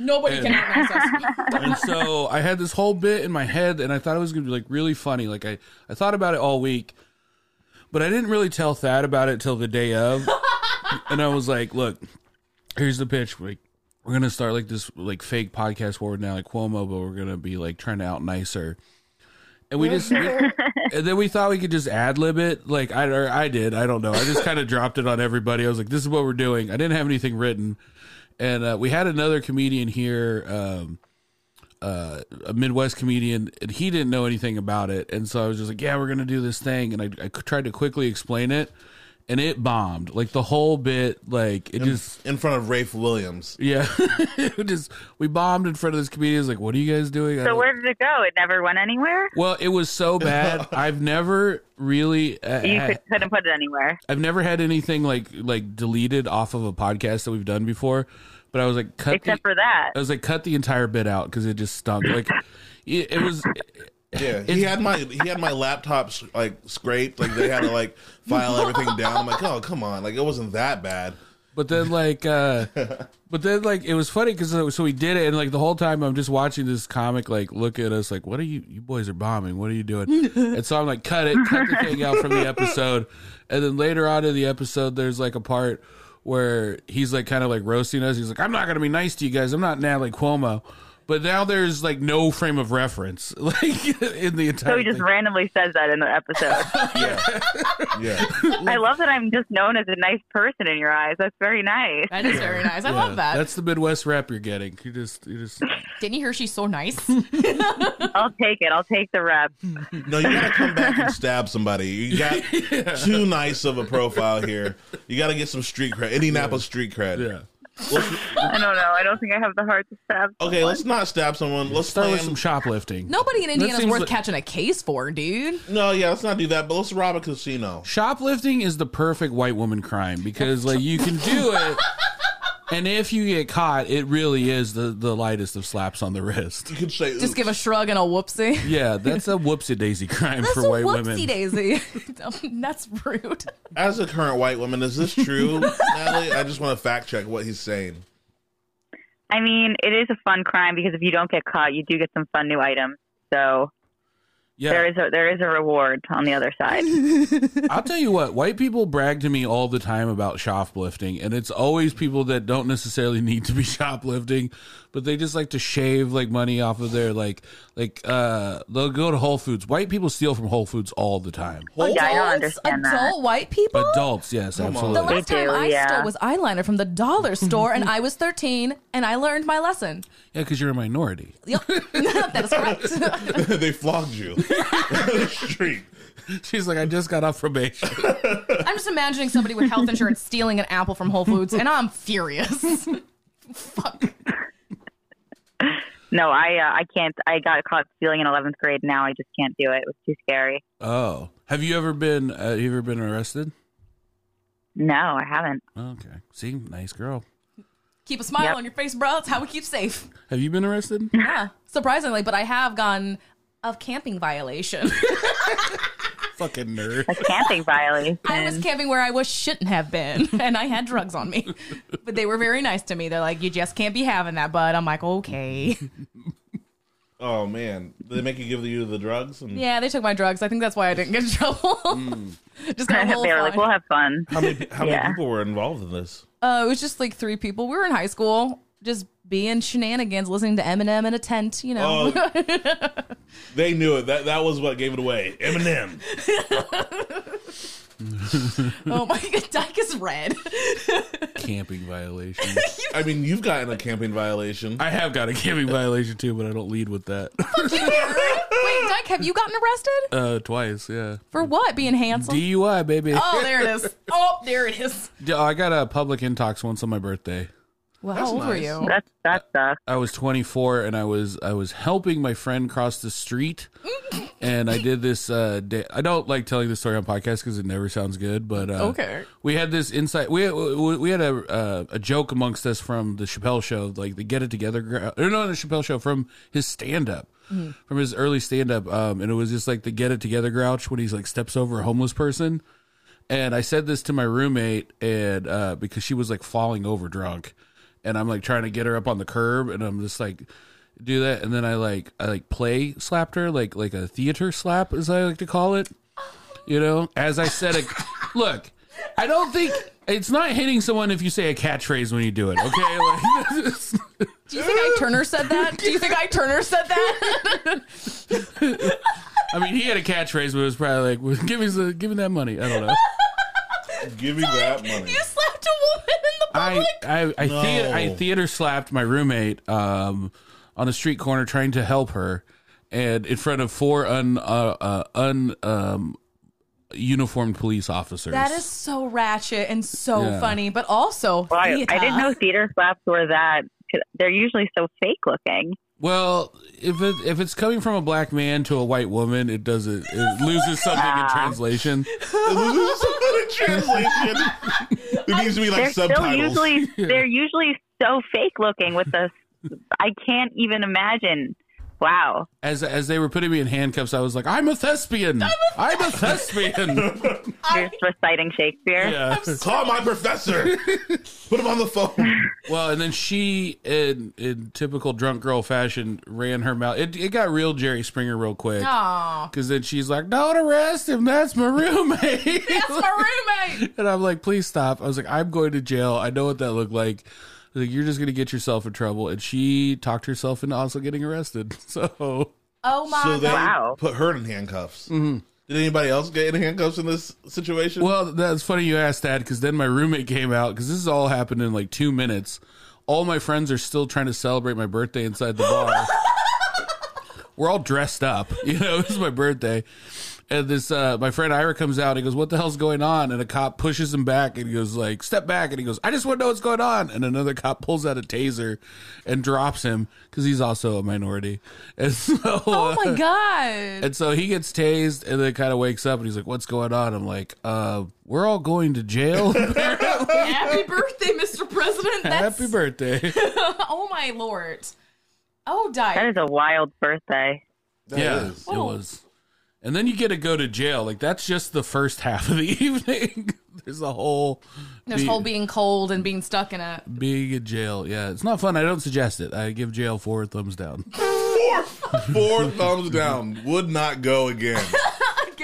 B: nobody can recognize us.
A: And so I had this whole bit in my head, and I thought it was going to be like really funny. Like I, I thought about it all week, but I didn't really tell Thad about it till the day of. and I was like, "Look, here's the pitch. Like, we're gonna start like this like fake podcast war now, like Cuomo, but we're gonna be like trying to out nicer." And we just, and then we thought we could just ad lib it. Like I, or I did. I don't know. I just kind of dropped it on everybody. I was like, "This is what we're doing." I didn't have anything written, and uh, we had another comedian here. Um, uh, a Midwest comedian, and he didn't know anything about it. And so I was just like, yeah, we're going to do this thing. And I, I tried to quickly explain it, and it bombed. Like the whole bit, like it just,
C: in front of Rafe Williams.
A: yeah, it just, we bombed in front of this comedian. It's like, what are you guys doing? I
D: So
A: don't-
D: where did it go? It never went anywhere.
A: well, it was so bad. I've never really. Uh,
D: You
A: had-
D: could, couldn't put it anywhere.
A: I've never had anything like like deleted off of a podcast that we've done before, but I was like, cut
D: Except
A: the,
D: for that.
A: I was like, cut the entire bit out because it just stunk. Like, it, it was
C: Yeah, he had my he had my laptop s- like scraped. Like they had to like file everything down. I'm like, oh come on, like it wasn't that bad.
A: But then like, uh, but then like, it was funny because so we did it, and like the whole time I'm just watching this comic like look at us like, what are you? You boys are bombing. What are you doing? and so I'm like, cut it, cut the thing out from the episode. And then later on in the episode, there's like a part where he's like kind of like roasting us. He's like, I'm not gonna be nice to you guys. I'm not Natalie Cuomo. But now there's like no frame of reference like in the entire.
D: So he just
A: thing.
D: randomly says that in the episode.
C: Yeah,
D: I love that I'm just known as a nice person in your eyes. That's very nice.
B: That is very nice. I love that.
A: That's the Midwest rap you're getting. You just, you just.
B: Didn't you hear she's so nice?
D: I'll take it. I'll take the rep.
B: Hmm.
C: no, you gotta come back and stab somebody. You got too nice of a profile here. You gotta get some street cred, Indianapolis street cred.
A: Yeah.
D: I don't know. I don't think I have the heart to stab.
B: Oh.
C: Okay, let's not stab someone. Let's
A: Start with
C: plan-
A: some shoplifting.
B: Nobody in Indiana's
A: seems
B: worth
A: like-
B: catching a case for, dude.
C: No, yeah, let's not do that. But let's rob a casino.
A: shoplifting is the perfect white woman crime because like you can do it and if you get caught it really is the, the lightest of slaps on the wrist
C: You could say
B: Just give a shrug and a whoopsie.
A: yeah that's a whoopsie daisy crime
B: That's
A: for
B: a
A: white
B: whoopsie
A: women
B: daisy. Um, That's rude.
C: as a current white woman. Is this true, Natalie? I just want to fact check what he's saying.
D: I mean, it is a fun crime because if you don't get caught, you do get some fun new items. So there
A: yeah
D: is a there is a reward on the other side.
A: i'll tell you what white people brag to me all the time about shoplifting and it's always people that don't necessarily need to be shoplifting but they just like to shave like money off of their like like uh they'll go to whole foods white people steal from whole foods all the time
D: Yeah, I don't
B: Adults-
D: understand that.
B: adult white people.
A: adults yes absolutely
B: The last
D: They do,
B: time I
D: yeah.
B: stole was eyeliner from the dollar store, and I was 13, and I learned my lesson.
A: yeah because you're a minority
B: Yep, that is correct.
C: they flogged you in the street.
A: She's like, I just got off probation.
B: I'm just imagining somebody with health insurance stealing an apple from Whole Foods, and I'm furious. Fuck.
D: No, I uh, I can't. I got caught stealing in 11th grade. Now I just can't do it. It was too scary.
A: Oh, have you ever been? Uh, you ever been arrested?
D: No, I haven't.
A: Okay, see, nice girl.
B: Keep a smile
D: Yep.
B: on your face, bro. That's how we keep safe.
A: Have you been arrested?
B: Yeah, surprisingly, but I have gotten a camping violation.
A: Fucking nerd.
D: A camping violation.
B: I was camping where I was shouldn't have been, and I had drugs on me. But they were very nice to me. They're like, "You just can't be having that, bud." I'm like, "Okay."
C: Oh man, they make you give you the drugs. And
B: Yeah, they took my drugs. I think that's why I didn't get in trouble. just got a
D: Mm. they
B: little
D: were like,
B: fine.
D: "We'll have fun."
C: How many how
D: Yeah.
C: many people were involved in this?
B: Uh, it was just like three people. We were in high school, just being shenanigans, listening to Eminem in a tent. You know,
C: Uh, Oh. They knew it. That that was what gave it away. Eminem.
B: oh my god, Dyke is red.
A: Camping violation.
C: I mean, you've gotten a camping violation.
A: I have got a camping violation too, but I don't lead with that.
B: Wait, Dyke, have you gotten arrested
A: Uh, twice, yeah.
B: for what? Being handsome?
A: DUI, baby.
B: oh, there it is. Oh, there it is.
A: D- I got a public intox once on my birthday.
B: Well,
F: That's
B: how old were
F: nice.
B: you?
D: That's that sucks.
A: I was 24 and I was I was helping my friend cross the street, and I did this. Uh, da- I don't like telling this story on podcast because it never sounds good. But uh,
B: Okay.
A: we had this insight. We we we had a uh, a joke amongst us from the Chappelle show, like the Get It Together. gra- Or no, the Chappelle show from his stand up, from his early stand up, um, and it was just like the Get It Together grouch when he's like steps over a homeless person. And I said this to my roommate, and uh, because she was like falling over drunk, and I'm like trying to get her up on the curb, and I'm just like do that, and then I like I like play slapped her like like a theater slap, as I like to call it. You know, as I said, a, look, I don't think it's not hitting someone if you say a catchphrase when you do it. Okay, like, it's-
B: Do you think I Turner said that? Do you think I Turner said that?
A: I mean, he had a catchphrase, but it was probably like, well, "Give me the, give me that money." I don't know.
C: Give me that money.
B: you slapped a woman in the
A: I
B: public.
A: I I,
C: No.
A: theater, I theater slapped my roommate um, on a street corner trying to help her, and in front of four un uh, uh, un um, uniformed police officers.
B: that is so ratchet and so
A: Yeah.
B: funny, but also
D: Well, I,
B: theater.
D: I didn't know theater slaps were that. They're usually so fake looking.
A: Well, if it, if it's coming from a black man to a white woman, it doesn't. It loses something in translation.
C: This is a translation. It needs to be like
D: They're still
C: subtitles.
D: usually they're usually so fake looking with the. I can't even imagine. Wow.
A: As as they were putting me in handcuffs, I was like, "I'm a thespian. I'm a thespian."
D: You're just reciting Shakespeare.
A: yeah.
C: Call my professor. Put him on the phone.
A: Well, and then she, in in typical drunk girl fashion, ran her mouth. It it got real Jerry Springer real quick.
B: Aw,
A: Because then she's like, "Don't arrest him. That's my roommate."
B: that's my roommate.
A: and I'm like, "Please stop." I was like, "I'm going to jail. I know what that looked like." I was like, "You're just going to get yourself in trouble." And she talked herself into also getting arrested. So
B: Oh my
C: So they uh,
B: god.
D: Wow.
C: put her in handcuffs. Did anybody else get in handcuffs in this situation?
A: Mm-hmm. Well, that's funny you asked that because then my roommate came out because this has all happened in like two minutes. All my friends are still trying to celebrate my birthday inside the bar. We're all dressed up, you know. It's my birthday, and this uh, my friend Ira comes out. and He goes, "What the hell's going on?" And a cop pushes him back, and he goes, "Like step back." And he goes, "I just want to know what's going on." And another cop pulls out a taser and drops him because he's also a minority. And so,
B: Oh
A: uh,
B: my god.
A: and so he gets tased and then kind of wakes up and he's like, What's going on? I'm like, uh, We're all going to jail.
B: Happy birthday, Mr. President. That's
A: Happy birthday.
B: oh my lord. Oh
D: That
B: die.
D: is a wild birthday.
C: That
A: yeah,
C: is-
A: it was. And then you get to go to jail. Like, that's just the first half of the evening. There's a whole.
B: There's
A: be-
B: whole being cold and being stuck in a
A: Being in jail. Yeah, it's not fun. I don't suggest it. I give jail four thumbs down.
C: Four, four thumbs down. Would not go again.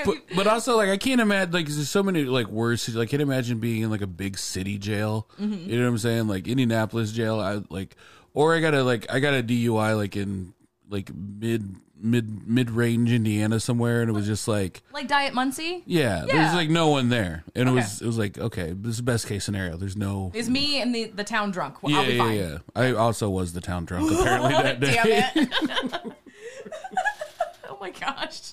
A: But, but also, like, I can't imagine, like, 'cause there's so many, like, worse. Like, I can't imagine being in, like, a big city jail.
B: Mm-hmm.
A: You know what I'm saying? Like, Indianapolis jail, I, like, or I got to, like, I got a DUI, like, in, like, mid, mid, mid range Indiana somewhere. And it was just like,
B: like Diet Muncie.
A: yeah,
B: Yeah.
A: there's, like, no one there. And it was, it was like, okay, this is best case scenario. There's no.
B: Is me and the, the town drunk. Well,
A: Yeah,
B: I'll be
A: yeah,
B: fine.
A: yeah. I also was the town drunk, apparently, that day.
B: Damn it. oh my gosh.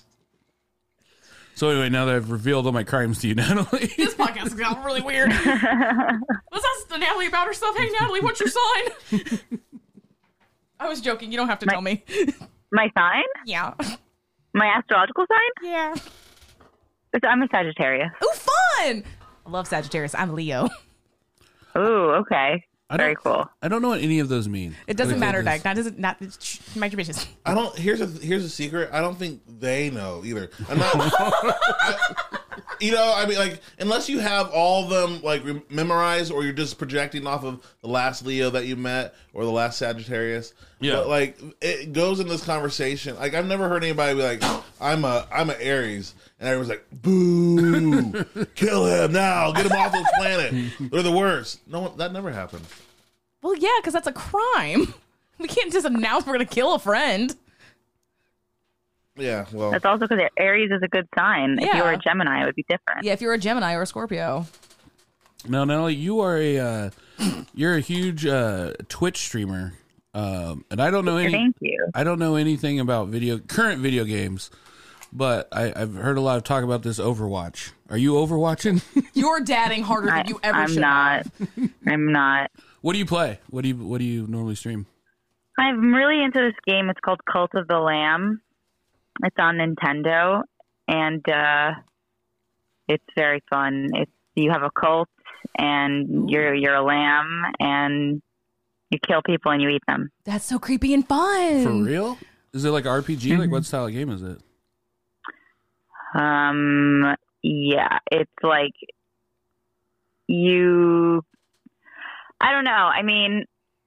A: So, anyway, now that I've revealed all my crimes to you, Natalie.
B: This podcast has gotten really weird. Let's ask Natalie about herself. Hey, Natalie, what's your sign? I was joking. You don't have to tell me.
D: My sign,
B: yeah.
D: my astrological sign.
B: Yeah.
D: It's- I'm a Sagittarius.
B: Ooh, fun. I love Sagittarius. I'm Leo.
D: Ooh, okay.
A: I
D: Very
A: don't-
D: cool.
A: I don't know what any of those mean.
B: It
A: Like,
B: doesn't matter,
A: is-
B: Doug. That doesn't, not, shh, mind your business.
C: I don't. Here's a here's a secret. I don't think they know either. I'm not. I- you know, I mean, like unless you have all of them like rem- memorized, or you're just projecting off of the last Leo that you met or the last Sagittarius.
A: Yeah.
C: But, like it goes in this conversation. Like I've never heard anybody be like, "I'm a I'm a Aries," and everyone's like, "Boo! Kill him now! Get him off this planet! They're the worst." No, that never happened.
B: Well, yeah, because that's a crime. We can't just announce we're going to kill a friend.
C: Yeah. Well,
D: That's also because Aries is a good sign. If you were
B: Yeah.
D: a Gemini, it would be different.
B: Yeah, if you're a Gemini or a Scorpio.
A: Now, Nelly, you are a uh, you're a huge uh, Twitch streamer, um, and I don't know any
D: Thank you.
A: I don't know anything about video current video games, But I, I've heard a lot of talk about this Overwatch. Are you Overwatching?
B: You're dadding harder
D: I,
B: than you ever
D: I'm
B: should.
D: not. I'm not.
A: what do you play? What do you What do you normally stream?
D: I'm really into this game. It's called Cult of the Lamb. It's on Nintendo, and uh, it's very fun. It's you have a cult, and you're you're a lamb, and you kill people and you eat them.
B: That's so creepy and fun.
A: For real? Is it like RPG?
D: uh-huh.
A: Like what style of game is it?
D: Um, yeah, it's like you. I don't know. I mean,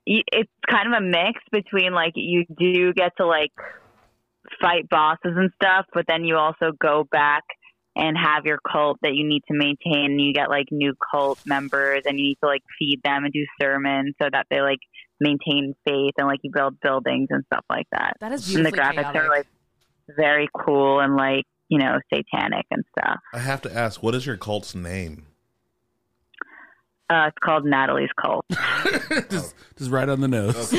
D: y- it's kind of a mix between like you do get to like fight bosses and stuff, but then you also go back and have your cult that you need to maintain. And you get like new cult members, and you need to like feed them and do sermons so that they like maintain faith and like you build buildings and stuff like that
B: That is
D: and the
B: beautifully
D: graphics
B: chaotic.
D: are like very cool and like you know satanic and stuff.
C: I have to ask, what is your cult's name?
D: Uh, it's called Natalie's Cult.
A: Just, just right on the nose.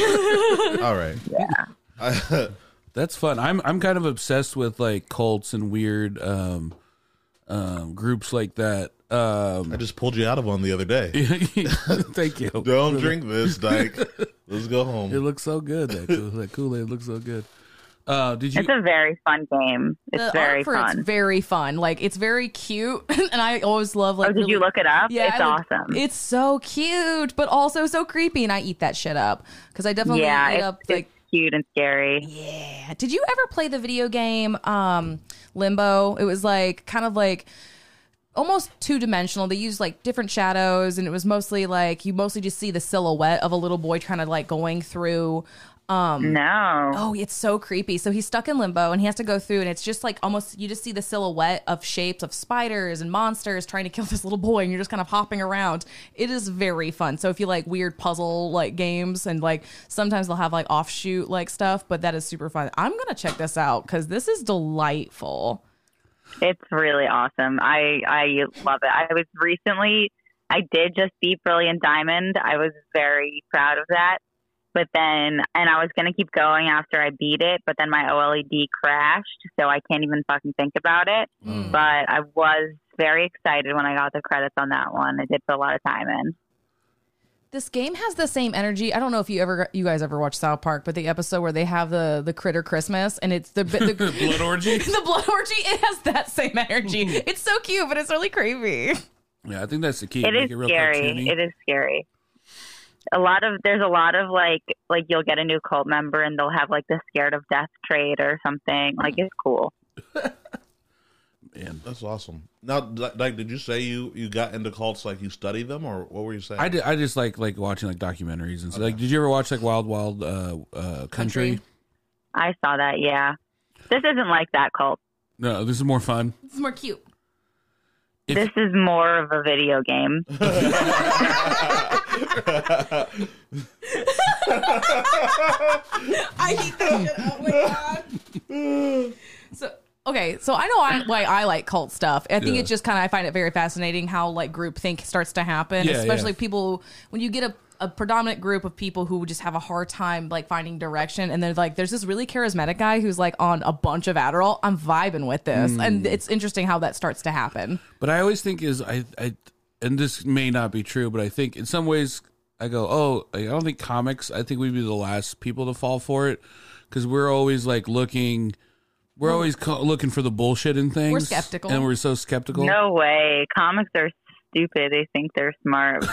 C: All right. Yeah.
A: That's fun. I'm I'm kind of obsessed with like cults and weird um, um, groups like that.
C: I
A: Um,
C: just pulled you out of one the other day.
A: thank you.
C: Don't drink this, Dyke. Let's go home.
A: It looks so good. That Kool- that Kool Aid looks so good. Uh, did you?
D: It's a very fun game. It's
B: the
D: very
B: art for
D: fun.
B: it's very fun. Like it's very cute, and I always love like.
D: oh, did
B: really-
D: you look it up?
B: Yeah,
D: it's
B: I looked-
D: awesome.
B: It's so cute, but also so creepy, and I eat that shit up because I definitely
D: yeah,
B: eat
D: it's,
B: up
D: it's
B: like.
D: cute and scary.
B: Yeah. Did you ever play the video game um, Limbo? It was like kind of like almost two dimensional. They used like different shadows, and it was mostly like you mostly just see the silhouette of a little boy kind of like going through. Um,
D: No,
B: Oh, it's so creepy. So he's stuck in limbo and he has to go through, and it's just like almost you just see the silhouette of shapes of spiders and monsters trying to kill this little boy, and you're just kind of hopping around. It is very fun. So if you like weird puzzle like games, and like sometimes they'll have like offshoot like stuff, but that is super fun. I'm gonna check this out because this is delightful.
D: it's really awesome. I I love it. I was recently. I did just beat Brilliant Diamond. I was very proud of that. But then, and I was going to keep going after I beat it, but then my OLED crashed, so I can't even fucking think about it.
A: Hmm.
D: But I was very excited when I got the credits on that one. I did put a lot of time in.
B: This game has the same energy. I don't know if you ever you guys ever watched South Park, but the episode where they have the the critter Christmas and it's the, the blood
A: orgy?
B: the blood orgy. It has that same energy. It's so cute, but it's really creepy.
A: Yeah, I think that's the key.
D: It
A: Make
D: is
A: real
D: scary.
A: cartoony.
D: It is scary. A lot of there's a lot of like like you'll get a new cult member and they'll have like the scared of death trait or something. Like it's cool.
A: Man.
C: That's awesome. Now, D- Dyke, did you say you you got into cults like you study them, or what were you saying?
A: I, did, I just like like watching like documentaries and stuff. Like, did you ever watch like Wild Wild uh, uh, Country?
B: Country.
D: I saw that. Yeah, this isn't like that cult.
A: No, this is more fun.
B: It's more cute.
A: If-
D: This is more of a video game.
B: I hate that shit. Oh my god. so okay, so I know I, why I like cult stuff. I think
A: Yeah.
B: it just kind of I find it very fascinating how like groupthink starts to happen,
A: Yeah,
B: especially
A: yeah.
B: people when you get a a predominant group of people who just have a hard time like finding direction and they're like there's this really charismatic guy who's like on a bunch of Adderall I'm vibing with this and it's interesting how that starts to happen
A: But I always think is I I and this may not be true, but I think in some ways I go, oh, I don't think comics. I think we'd be the last people to fall for it because we're always like looking, we're always co- looking for the bullshit in things.
B: skeptical.
A: and we're so skeptical.
D: No way. Comics are stupid. They think they're smart.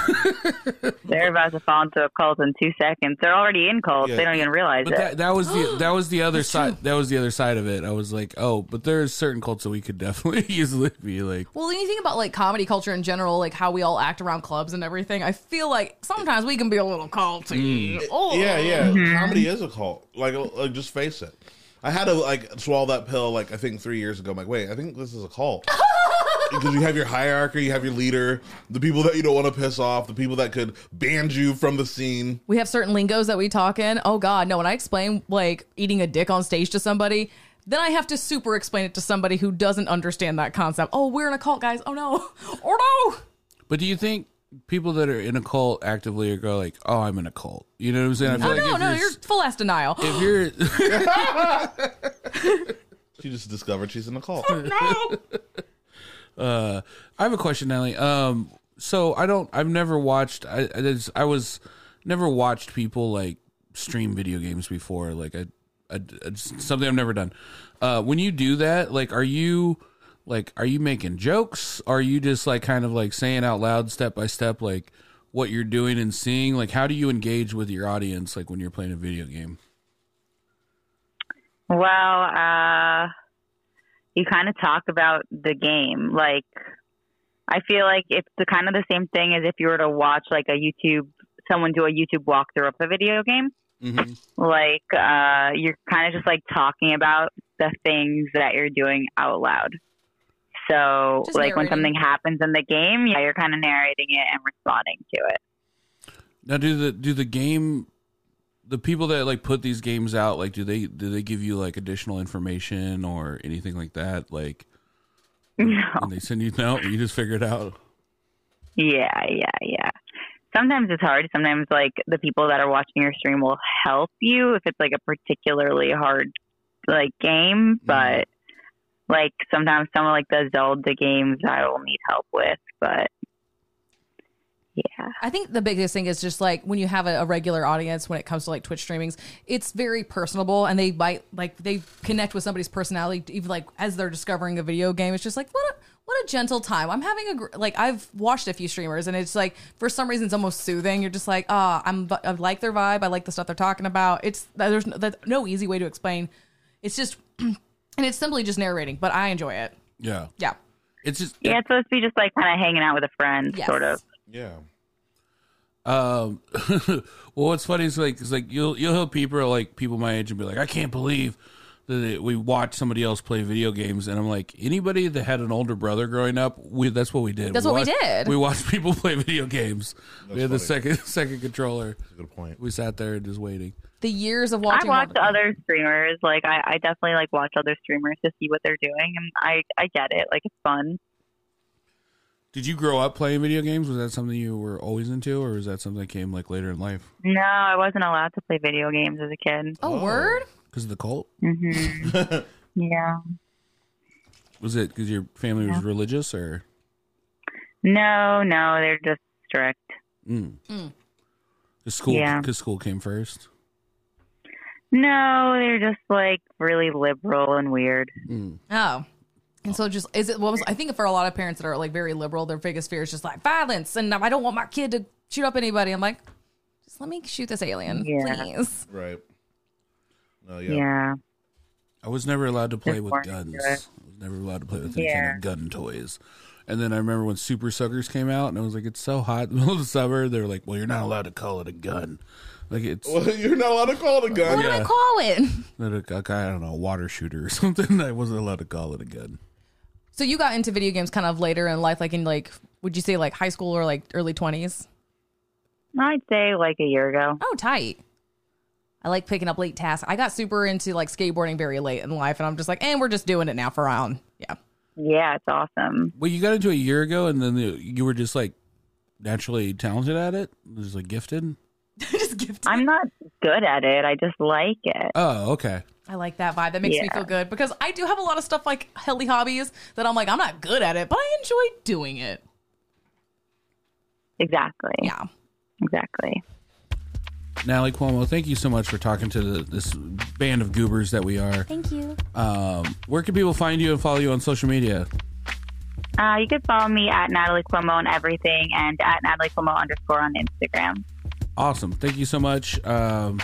D: they're about to fall into a cult in two seconds. They're already in cults. They don't even realize
A: But
D: it.
A: that, that was the that was the other side that was the other side of it. I was like, oh, but there's certain cults that we could definitely easily be like.
B: Well, when you think about like comedy culture in general, like how we all act around clubs and everything, I feel like sometimes we can be a little culty. Oh,
C: Yeah, yeah. Comedy is a cult. Like, uh, like, just face it. I had to like swallow that pill. Like, I think three years ago. I'm like, wait, I think this is a cult. Because you have your hierarchy, you have your leader, the people that you don't want to piss off, the people that could ban you from the scene.
B: We have certain lingos that we talk in. Oh God, no! When I explain like eating a dick on stage to somebody, then I have to super explain it to somebody who doesn't understand that concept. Oh, we're in a cult, guys. Oh no, oh
A: But do you think people that are in a cult actively are go like, oh, I'm in a cult? You know what I'm saying? I feel
B: Oh, Mm-hmm. no,
A: like if
B: no, no!
A: you're-
B: You're full ass denial.
A: if you're
C: She just discovered she's in a cult.
A: Uh, I have a question, Nelly. Um, so I don't. I've never watched. I I, just, I was never watched people like stream video games before. Like I, I, it's something I've never done. Uh, when you do that, like, are you like are you making jokes? Are you just like kind of like saying out loud, step by step, like what you're doing and seeing? Like, how do you engage with your audience? Like when you're playing a video game.
D: Well, uh, you kind of talk about the game. Like, I feel like it's the kind of the same thing as if you were to watch like a YouTube, someone do a YouTube walkthrough of a video game.
C: Mhm.
D: Like, uh, you're kind of just like talking about the things that you're doing out loud. So,
B: Just
D: like, when
B: narrating.
D: something happens in the game, yeah, you're kind of narrating it and responding to it.
A: Now do the do the game the people that like put these games out like do they do they give you like additional information or anything like that like when they send you no you just figure it out
D: Yeah, yeah, yeah. Sometimes it's hard. Sometimes, like, the people that are watching your stream will help you if it's like a particularly hard, like, game. But, like, sometimes some of, like, the Zelda games I will need help with. But, yeah.
B: I think the biggest thing is just like when you have a, a regular audience when it comes to like Twitch streamings, it's very personable and they might like they connect with somebody's personality even like as they're discovering a video game. It's just like what a what a gentle time. I'm having a gr- like I've watched a few streamers and it's like for some reason it's almost soothing. You're just like ah I'm I like their vibe. I like the stuff they're talking about. It's there's no, that's no easy way to explain. It's just and it's simply just narrating, but I enjoy it.
A: yeah
B: Yeah.
A: it's just
D: Yeah, it's supposed to be just, like, kind of hanging out with a friend,
B: Yes.
D: sort of.
C: yeah.
A: um well what's funny is like it's like you'll you'll help people like people my age and be like I can't believe that we watched somebody else play video games and I'm like anybody that had an older brother growing up we that's what we did
B: That's what we
A: watched-
B: did.
A: we watched people play video games we had the
C: funny.
A: second second controller
C: Good point.
A: we sat there and just waiting
B: The years of
D: I
B: watching
D: watch
B: Robert-
D: other streamers. Like, I, I definitely, like, watch other streamers to see what they're doing. And I, I get it. Like, it's fun.
A: Did you grow up playing video games? Was that something you were always into, or was that something that came like later in life
D: No, I wasn't allowed to play video games as a kid.
B: Oh, word?
A: because of the cult?
D: hmm yeah.
A: Was it because your family was religious, or
D: No, no, they're just strict.
A: mm. Cause school?
D: Yeah.
A: Because school came first.
D: No, they're just like really liberal and weird.
A: Mm.
B: Oh. And so just is it what was I think for a lot of parents that are like very liberal, their biggest fear is just like violence and I don't want my kid to shoot up anybody. I'm like, just let me shoot this alien,
D: Yeah.
B: please.
C: Right. No, yeah.
D: Yeah. Yeah.
A: I was never allowed to play
D: Just
A: with
D: weren't
A: guns.
D: into
A: I
D: it.
A: was never allowed to play with any
D: Yeah.
A: kind of gun toys. And then I remember when Super Suckers came out, and I was like, "It's so hot in the middle of the summer." They were like, "Well, you're not allowed to call it a gun." Like it's
C: Well, you're not allowed to call it a gun.
B: What do I call it?
A: like, I don't know, a water shooter or something. I wasn't allowed to call it a gun.
B: So you got into video games kind of later in life, like in like would you say like high school or like early twenties?
D: I'd say like a year ago.
B: Oh, tight. I like picking up late tasks. I got super into like skateboarding very late in life, and I'm just like, and we're just doing it now for on. Yeah.
D: Yeah, it's awesome.
A: Well, you got into it a year ago, and then the, you were just like naturally talented at it, just like gifted.
B: just gift.
D: I'm not good at it. I just like it.
A: Oh, okay.
B: I like that vibe. That makes me
D: Yeah.
B: feel good because I do have a lot of stuff like healthy hobbies that I'm like, I'm not good at it, but I enjoy doing it.
D: Exactly.
B: Yeah.
D: Exactly.
A: Natalie Cuomo, thank you so much for talking to the, this band of goobers that we are. Thank you. Um, where can people find you and follow you on social media?
D: Uh, you can follow me at Natalie Cuomo on everything and at Natalie Cuomo underscore on Instagram.
A: Awesome. Thank you so much. Um,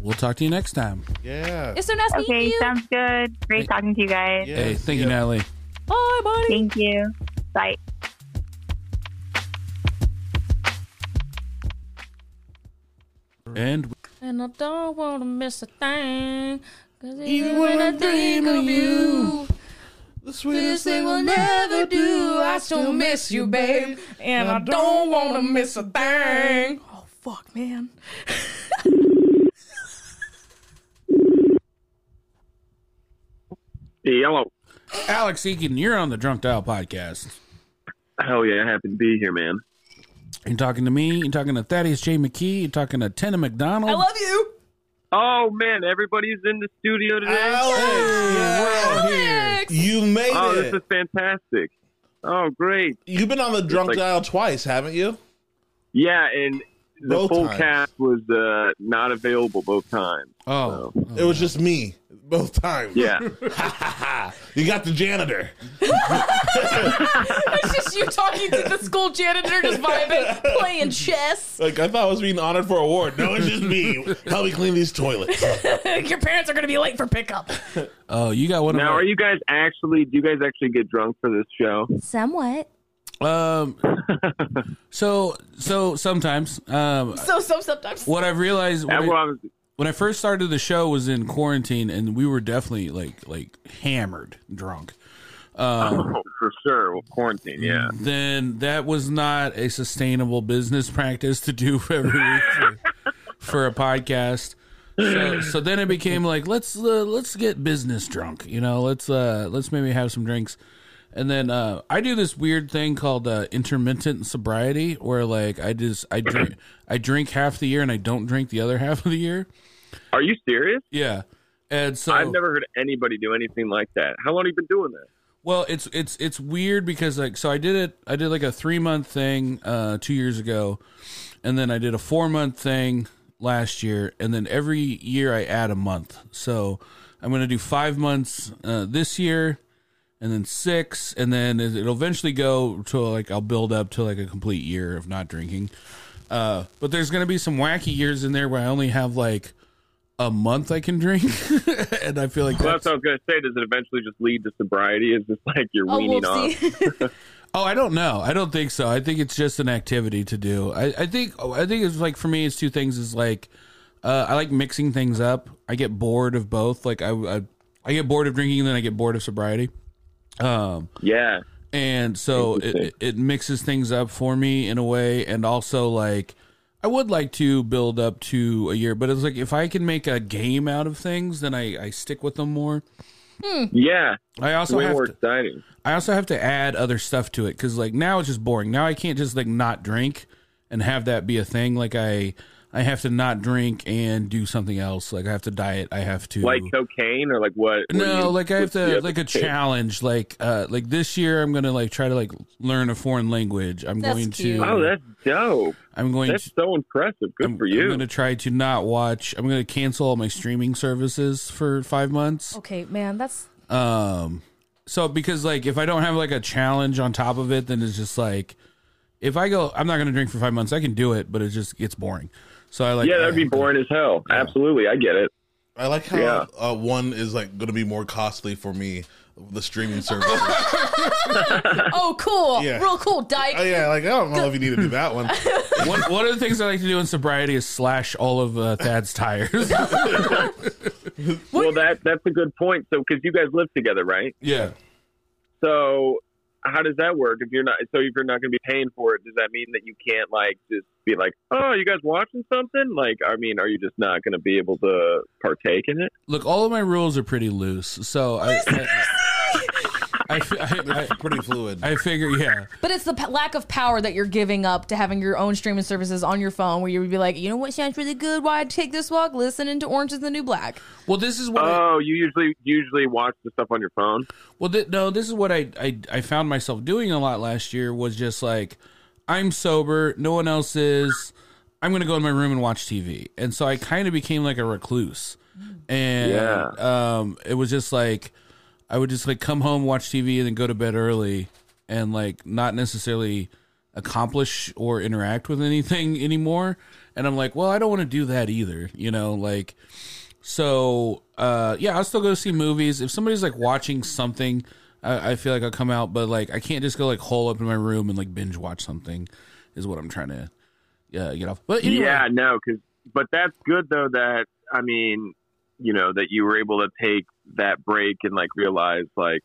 A: we'll talk to you next time.
C: Yeah.
B: It's so nice
D: Okay,
B: meeting you.
D: sounds good. Great talking to you guys.
C: Yeah.
A: Hey, thank you,
C: Yeah.
A: Natalie.
B: Bye, buddy.
D: Thank you. Bye.
A: And
B: And I don't want to miss a thing. Cause
A: even when I dream of you,
C: The
B: this
C: sweetest
B: thing will never do. I still miss you, babe. And I don't want to miss a thing. Oh, fuck, man.
G: Yellow.
A: Alex Eakin, you're on the Drunk Dial podcast.
G: Hell yeah, happy to be here, man.
A: You're talking to me. You're talking to Thaddeus J. McKee. You're talking to Tenna McDonald.
B: I love you.
G: Oh man, everybody's in the studio today.
C: Alex, yeah.
B: Alex!
C: you made
G: Oh,
C: it.
G: this is fantastic. Oh, great.
C: You've been on the drunk
G: like-
C: dial twice, haven't you?
G: Yeah, and the
C: Both
G: full
C: times.
G: cast was uh, not available both times.
A: Oh,
C: It was just me both times.
G: Yeah.
C: You got the janitor.
B: It's just you talking to the school janitor, just vibing, playing chess.
C: Like I thought I was being honored for an award. No, it's just me. Help me clean these toilets.
B: Your parents are going to be late for pickup.
A: oh, you got one. of
G: now,
A: our-
G: are you guys actually? Do you guys actually get drunk for this show?
B: Somewhat.
A: Um, so so sometimes um,
B: So, so sometimes.
A: what I've realized when,
G: That
A: I,
G: was-
A: when I first started the show was in quarantine, and we were definitely like like hammered, drunk.
G: for sure. Well, quarantine. Yeah.
A: Mm. Then that was not a sustainable business practice to do every week for, for a podcast. So, so then it became like let's uh, let's get business drunk, you know. Let's uh, let's maybe have some drinks. And then uh, I do this weird thing called uh, intermittent sobriety, where like I just I drink I drink half the year and I don't drink the other half of the year.
G: Are you serious?
A: Yeah, and so
G: I've never heard anybody do anything like that. How long have you been doing that?
A: Well, it's it's it's weird because like so I did it I did like a three month thing uh, two years ago, and then I did a four month thing last year, and then every year I add a month. So I'm gonna do five months uh, this year, and then six, and then it- it'll eventually go to like I'll build up to like a complete year of not drinking. Uh, but there's gonna be some wacky years in there where I only have like a month I can drink, and I feel like
G: Well,
A: that's
G: that's what I was gonna say. Does it eventually just lead to sobriety? Is this like you're
B: Oh,
G: weaning off?
B: whoopsie.
A: Oh, I don't know. I don't think so. I think it's just an activity to do. I, I think I think it's like for me, it's two things. Is like uh, I like mixing things up. I get bored of both. Like I, I I get bored of drinking, and then I get bored of sobriety. Um,
G: Yeah.
A: and so it, it- it mixes things up for me in a way, and also like I would like to build up to a year, but it's like if I can make a game out of things, then I, I stick with them more.
G: Yeah.
A: I also
G: Way
A: have
G: more
A: to-
G: exciting.
A: I also have to add other stuff to it because like now it's just boring. Now I can't just like not drink and have that be a thing. Like I I have to not drink and do something else. Like I have to diet. I have to
G: Like cocaine or like what? what
A: no,
G: you-
A: like I have
G: what's the
A: to
G: other
A: like a
G: thing?
A: challenge. Like uh like this year I'm gonna like try to like learn a foreign language. I'm
B: That's
A: going
B: cute.
A: to
G: Oh, that's dope.
A: I'm going
G: That's
A: to
G: so impressive. Good
A: I'm,
G: for you.
A: I'm gonna try to not watch I'm gonna cancel all my streaming services for five months.
B: okay, man, that's
A: Um, so because like if I don't have like a challenge on top of it, then it's just like if I go, I'm not gonna drink for five months. I can do it, but it just gets boring. So I like
G: yeah, that'd be boring as hell. Absolutely, I get it.
C: I like how
G: Yeah.
C: uh, one is like going to be more costly for me, the streaming service.
B: oh cool,
C: Yeah.
B: real cool, Dyke.
C: oh yeah, like I don't know if you need to do that one.
A: One, one of the things I like to do in sobriety is slash all of uh, Thad's tires.
G: Well, that that's a good point. So, because you guys live together, right?
A: yeah.
G: So, how does that work? If you're not, so if you're not going to be paying for it, does that mean that you can't like just be like, oh, you guys watching something? Like, I mean, are you just not going to be able to partake in it?
A: Look, all of my rules are pretty loose, so I. I, I, fi- I,
C: Pretty fluid.
A: I, I figure, yeah.
B: But it's the p- lack of power that you're giving up to having your own streaming services on your phone, where you would be like, you know what sounds really good? Why I'd take this walk? Listening to Orange Is the New Black.
A: Well, this is what. I-
G: Oh, you usually usually watch the stuff on your phone.
A: Well, th- no, this is what I, I I found myself doing a lot last year was just like, I'm sober, no one else is. I'm gonna go in my room and watch TV, and so I kind of became like a recluse, and
G: Yeah.
A: um, it was just like I would just like come home, watch TV, and then go to bed early, and like not necessarily accomplish or interact with anything anymore. And I'm like, well, I don't want to do that either, you know, like. So uh, yeah, I'll still go see movies. If somebody's like watching something, I, I feel like I'll come out, but like I can't just go like hole up in my room and like binge watch something. Is what I'm trying to uh, get off. But anyway,
G: Yeah, no, because but that's good though. That I mean, you know, that you were able to take that break and like realize like,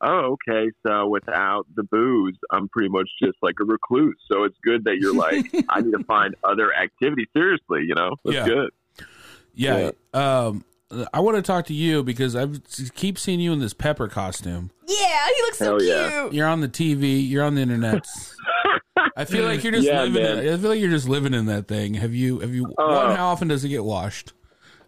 G: oh, okay, so without the booze, I'm pretty much just like a recluse. So it's good that you're like, I need to find other activity. Seriously, you know, that's
A: Yeah.
G: good.
A: yeah. Um, I want to talk to you because I keep seeing you in this pepper costume.
B: Yeah, he looks so
G: Hell
B: cute.
G: yeah.
A: You're on the TV. You're on the internet. I feel like you're just
G: Yeah,
A: living.
G: man.
A: In, I feel like you're just living in that thing. Have you? Have you?
G: Uh,
A: one, how often does it get washed?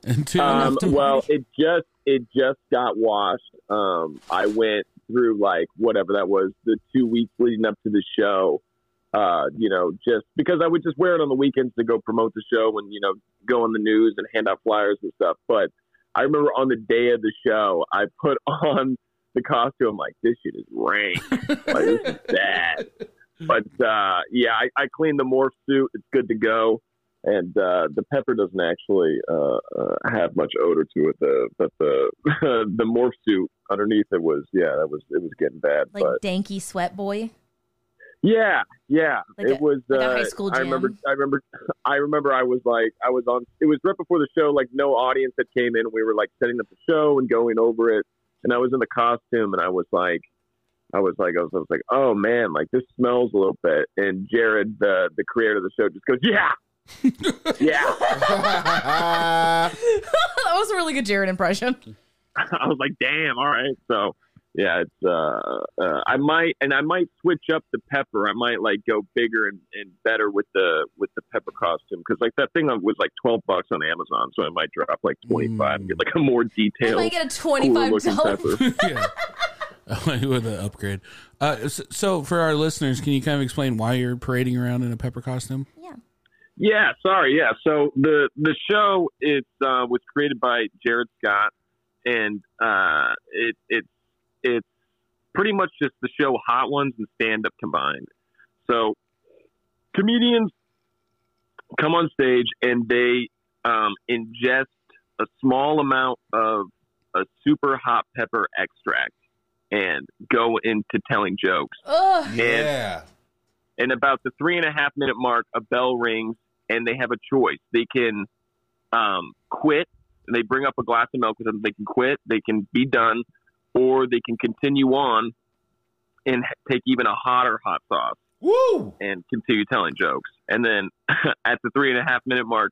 A: And two,
G: Um,
A: enough to-
G: well, it just it just got washed. Um, I went through like whatever that was the two weeks leading up to the show. Uh, you know, just because I would just wear it on the weekends to go promote the show and you know go on the news and hand out flyers and stuff. But I remember on the day of the show, I put on the costume. I'm like, this shit is rank. like this is bad. But uh, yeah, I, I cleaned the morph suit. It's good to go and uh, the pepper doesn't actually uh, uh, have much odor to it. The but the the morph suit underneath it was yeah, that was it was getting bad.
H: Like
G: but
H: danky sweat boy.
G: yeah, yeah,
H: Like
G: it
H: a-
G: was.
H: like a
G: uh,
H: high school
G: I remember.
H: jam.
G: I remember. I remember. I was like, I was on. It was right before the show. Like no audience had came in. We were like setting up the show and going over it. And I was in the costume, and I was like, I was like, I was, I was like, oh man, like this smells a little bit. And Jared, the the creator of the show, just goes, yeah, yeah.
B: that was a really good Jared impression.
G: I was like, damn, all right. So yeah, it's uh, uh I might and I might switch up the pepper. I might like go bigger and, and better with the with the pepper costume because like that thing was like twelve bucks on Amazon, so I might drop like twenty five and get like a more
H: I
G: detailed.
H: might get a
G: cooler
H: twenty-five
G: looking
H: dollar.
G: pepper.
A: yeah. With an upgrade. Uh, s- so, for our listeners, can you kind of explain why you're parading around in a pepper costume?
H: Yeah.
G: Yeah, sorry. Yeah, so the the show is uh, was created by Jared Scott, and uh, it it's it's pretty much just the show Hot Ones and stand up combined. So comedians come on stage and they um, ingest a small amount of a super hot pepper extract and go into telling jokes
B: Ugh.
C: yeah.
G: and about the three and a half minute mark, a bell rings, and they have a choice. They can um, quit, and they bring up a glass of milk with them. They can quit, they can be done, or they can continue on and h- take even a hotter hot sauce
C: Woo!
G: and continue telling jokes. And then at the three and a half minute mark,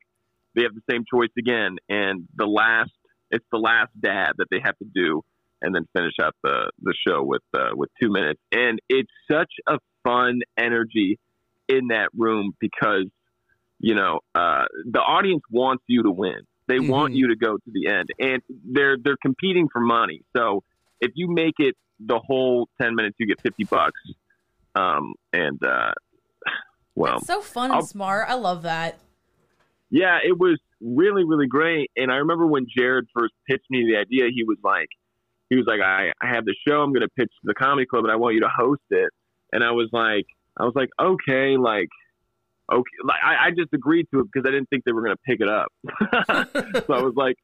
G: they have the same choice again, and the last it's the last dab that they have to do, and then finish out the the show with uh, with two minutes. And it's such a fun energy in that room because you know uh, the audience wants you to win. They want
A: Mhm.
G: you to go to the end, and they're they're competing for money. So if you make it the whole ten minutes, you get fifty bucks. Um, and uh, well,
B: so fun and
G: Um, I'll-
B: smart. I love that.
G: yeah, it was really, really great. And I remember when Jared first pitched me the idea, he was like, he was like, I, I have the show. I'm going to pitch to the comedy club and I want you to host it. And I was like, I was like, okay, like, okay. Like, I, I just agreed to it because I didn't think they were going to pick it up. so I was like,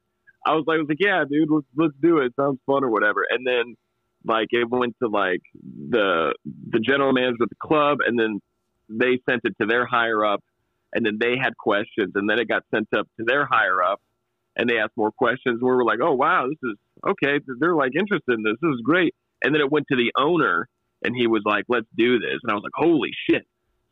G: I was like, I was like, yeah, dude, let's, let's do it. Sounds fun or whatever. And then like, it went to like the, the general manager of the club and then they sent it to their higher up and then they had questions and then it got sent up to their higher up and they asked more questions and we were like oh wow this is okay they're like interested in this this is great and then it went to the owner and he was like let's do this and i was like holy shit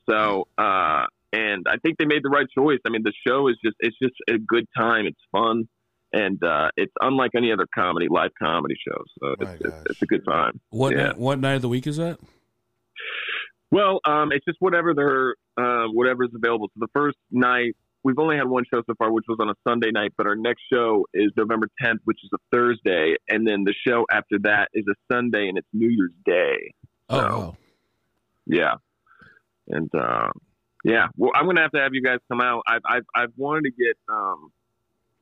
G: so uh and i think they made the right choice i mean the show is just it's just a good time it's fun and uh it's unlike any other comedy live comedy show so
C: My
G: it's, it's,
C: gosh.
G: it's a good time
A: What
G: Yeah.
A: night, what night of the week is that?
G: well, um, it's just whatever they're uh, whatever's available. So the first night we've only had one show so far, which was on a Sunday night, but our next show is November 10th, which is a Thursday, and then the show after that is a Sunday, and it's New Year's Day.
A: Oh,
G: No.
A: wow.
G: Yeah, and uh, yeah, well, I'm gonna have to have you guys come out. I've I've, I've wanted to get um,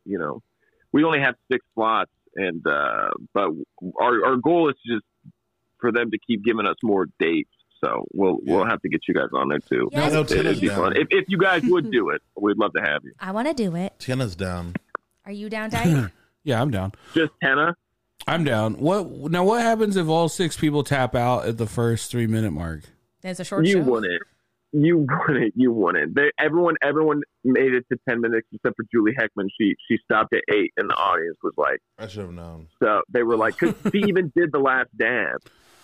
G: you know, we only have six slots, and uh, but our our goal is to just for them to keep giving us more dates. So we'll we'll have to get you guys on there too.
H: Yes,
C: no,
H: please.
C: Tim
G: It'd
C: is
G: be
C: down.
G: fun. If, if you guys would do it, we'd love to have you.
H: I want to do it.
C: Tiana's down.
H: Are you down, Dyke?
A: Yeah, I'm down.
G: Just Henna.
A: I'm down. What now? What happens if all six people tap out at the first three minute mark?
B: It's a short
G: you
B: show.
G: wouldn't. You wouldn't. You wouldn't. They, everyone, everyone made it to ten minutes except for Julie Heckman. She she stopped at eight, and the audience was like,
C: I should have known.
G: so they were like, because she even did the last dab.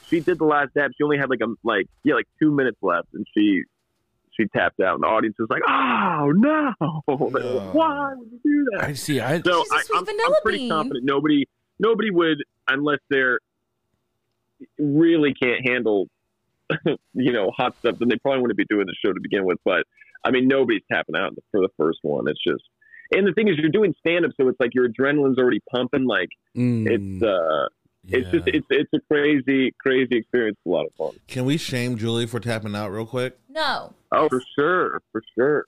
G: She did the last dab. She only had like a like yeah like two minutes left, and she she tapped out, and the audience was like, oh no, They were like, why would you do that?
A: I see. I
G: So
H: She's a
G: I,
H: sweet
G: I'm, I'm
H: vanilla
G: pretty
H: bean.
G: confident nobody nobody would unless they're really can't handle you know hot stuff. Then they probably wouldn't be doing the show to begin with. But I mean, nobody's tapping out for the first one. It's just and the thing is, you're doing stand up, so it's like your adrenaline's already pumping. Like
A: Mm,
G: it's uh, it's just
A: yeah.
G: it's it's a crazy crazy experience. It's a lot of fun.
C: Can we shame Julie for tapping out real quick?
H: No.
G: Oh, for sure, for sure.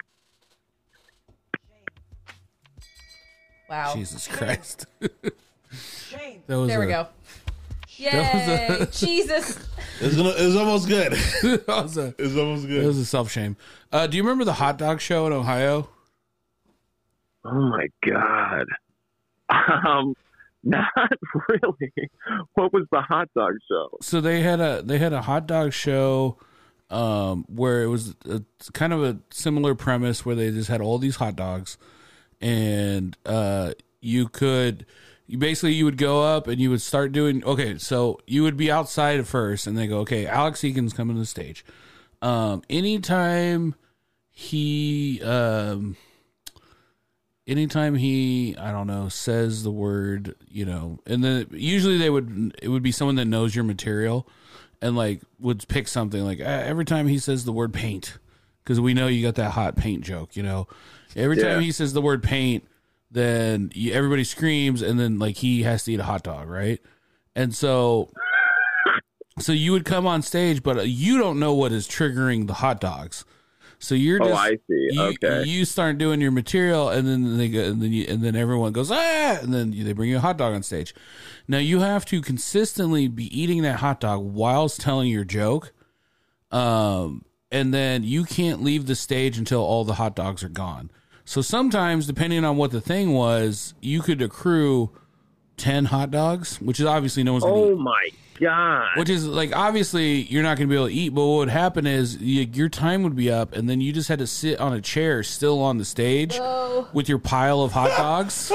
B: Wow.
A: Jesus Christ. that was
B: There we
A: a-
B: go.
A: That
H: Yay. Jesus.
C: It's gonna, it's almost good.
A: that was a,
C: It's almost
A: that
C: good.
A: was a self shame. Uh, do you remember the hot dog show in Ohio?
G: Oh my god. Um, not really. What was the hot dog show?
A: so they had a they had a hot dog show um where it was a, kind of a similar premise where they just had all these hot dogs and uh you could you basically you would go up and you would start doing okay so you would be outside at first and they go okay alex egan's coming to the stage um anytime he um anytime he i don't know says the word you know and then usually they would it would be someone that knows your material and like would pick something like uh, every time he says the word paint because we know you got that hot paint joke you know every time
G: Yeah.
A: he says the word paint then you, everybody screams and then like he has to eat a hot dog right and so so you would come on stage but you don't know what is triggering the hot dogs so you're
G: Oh,
A: just
G: I see.
A: you,
G: okay.
A: you start doing your material, and then they go, and then you, and then everyone goes ah, and then you, they bring you a hot dog on stage. Now you have to consistently be eating that hot dog whilst telling your joke, um, and then you can't leave the stage until all the hot dogs are gone. So sometimes, depending on what the thing was, you could accrue ten hot dogs, which is obviously no one's. gonna eat.
G: oh my god.
A: Which is like obviously you're not going to be able to eat, but what would happen is you, your time would be up, and then you just had to sit on a chair still on the stage with your pile of hot dogs,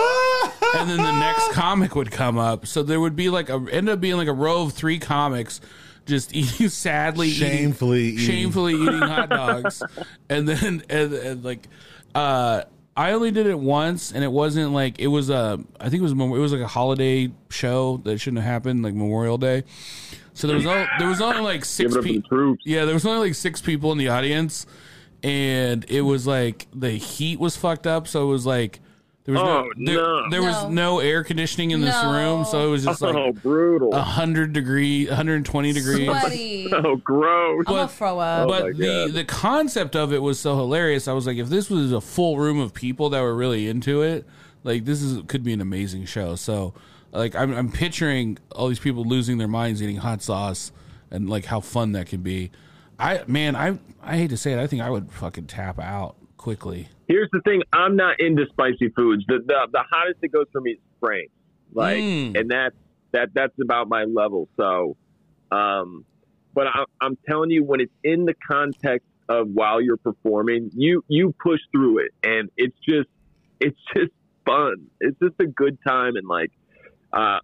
A: and then the next comic would come up. So there would be like a end up being like a row of three comics just eating sadly, eating-
C: Shamefully eating.
A: shamefully eating hot dogs, and then and, and like. uh I only did it once, and it wasn't like it was a. I think it was mem- it was like a holiday show that shouldn't have happened, like Memorial Day. So there was only, there was only like
G: Give
A: six
G: it up for the
A: people.
G: troops.
A: Yeah, there was only like six people in the audience, and it was like the heat was fucked up. So it was like there was
G: Oh,
A: no, there,
G: no.
A: there was
H: No.
A: no air conditioning in this
H: No.
A: room, so it was just
G: oh,
A: like uh,
G: brutal.
A: a hundred degree, hundred and twenty degrees.
H: Sweaty. I'm
G: oh, gross.
B: I'm gonna throw up.
G: Oh.
A: But
G: my
A: the
G: God.
A: the concept of it was so hilarious. I was like, if this was a full room of people that were really into it, like this is could be an amazing show. So, like I'm I'm picturing all these people losing their minds eating hot sauce and like how fun that could be. I man, I I hate to say it, I think I would fucking tap out quickly.
G: Here's the thing: I'm not into spicy foods. The the, the hottest it goes for me is Frank, like,
A: Mm.
G: and that's that that's about my level. So, um, but I, I'm telling you, when it's in the context of while you're performing, you you push through it, and it's just it's just fun. It's just a good time, and like, uh,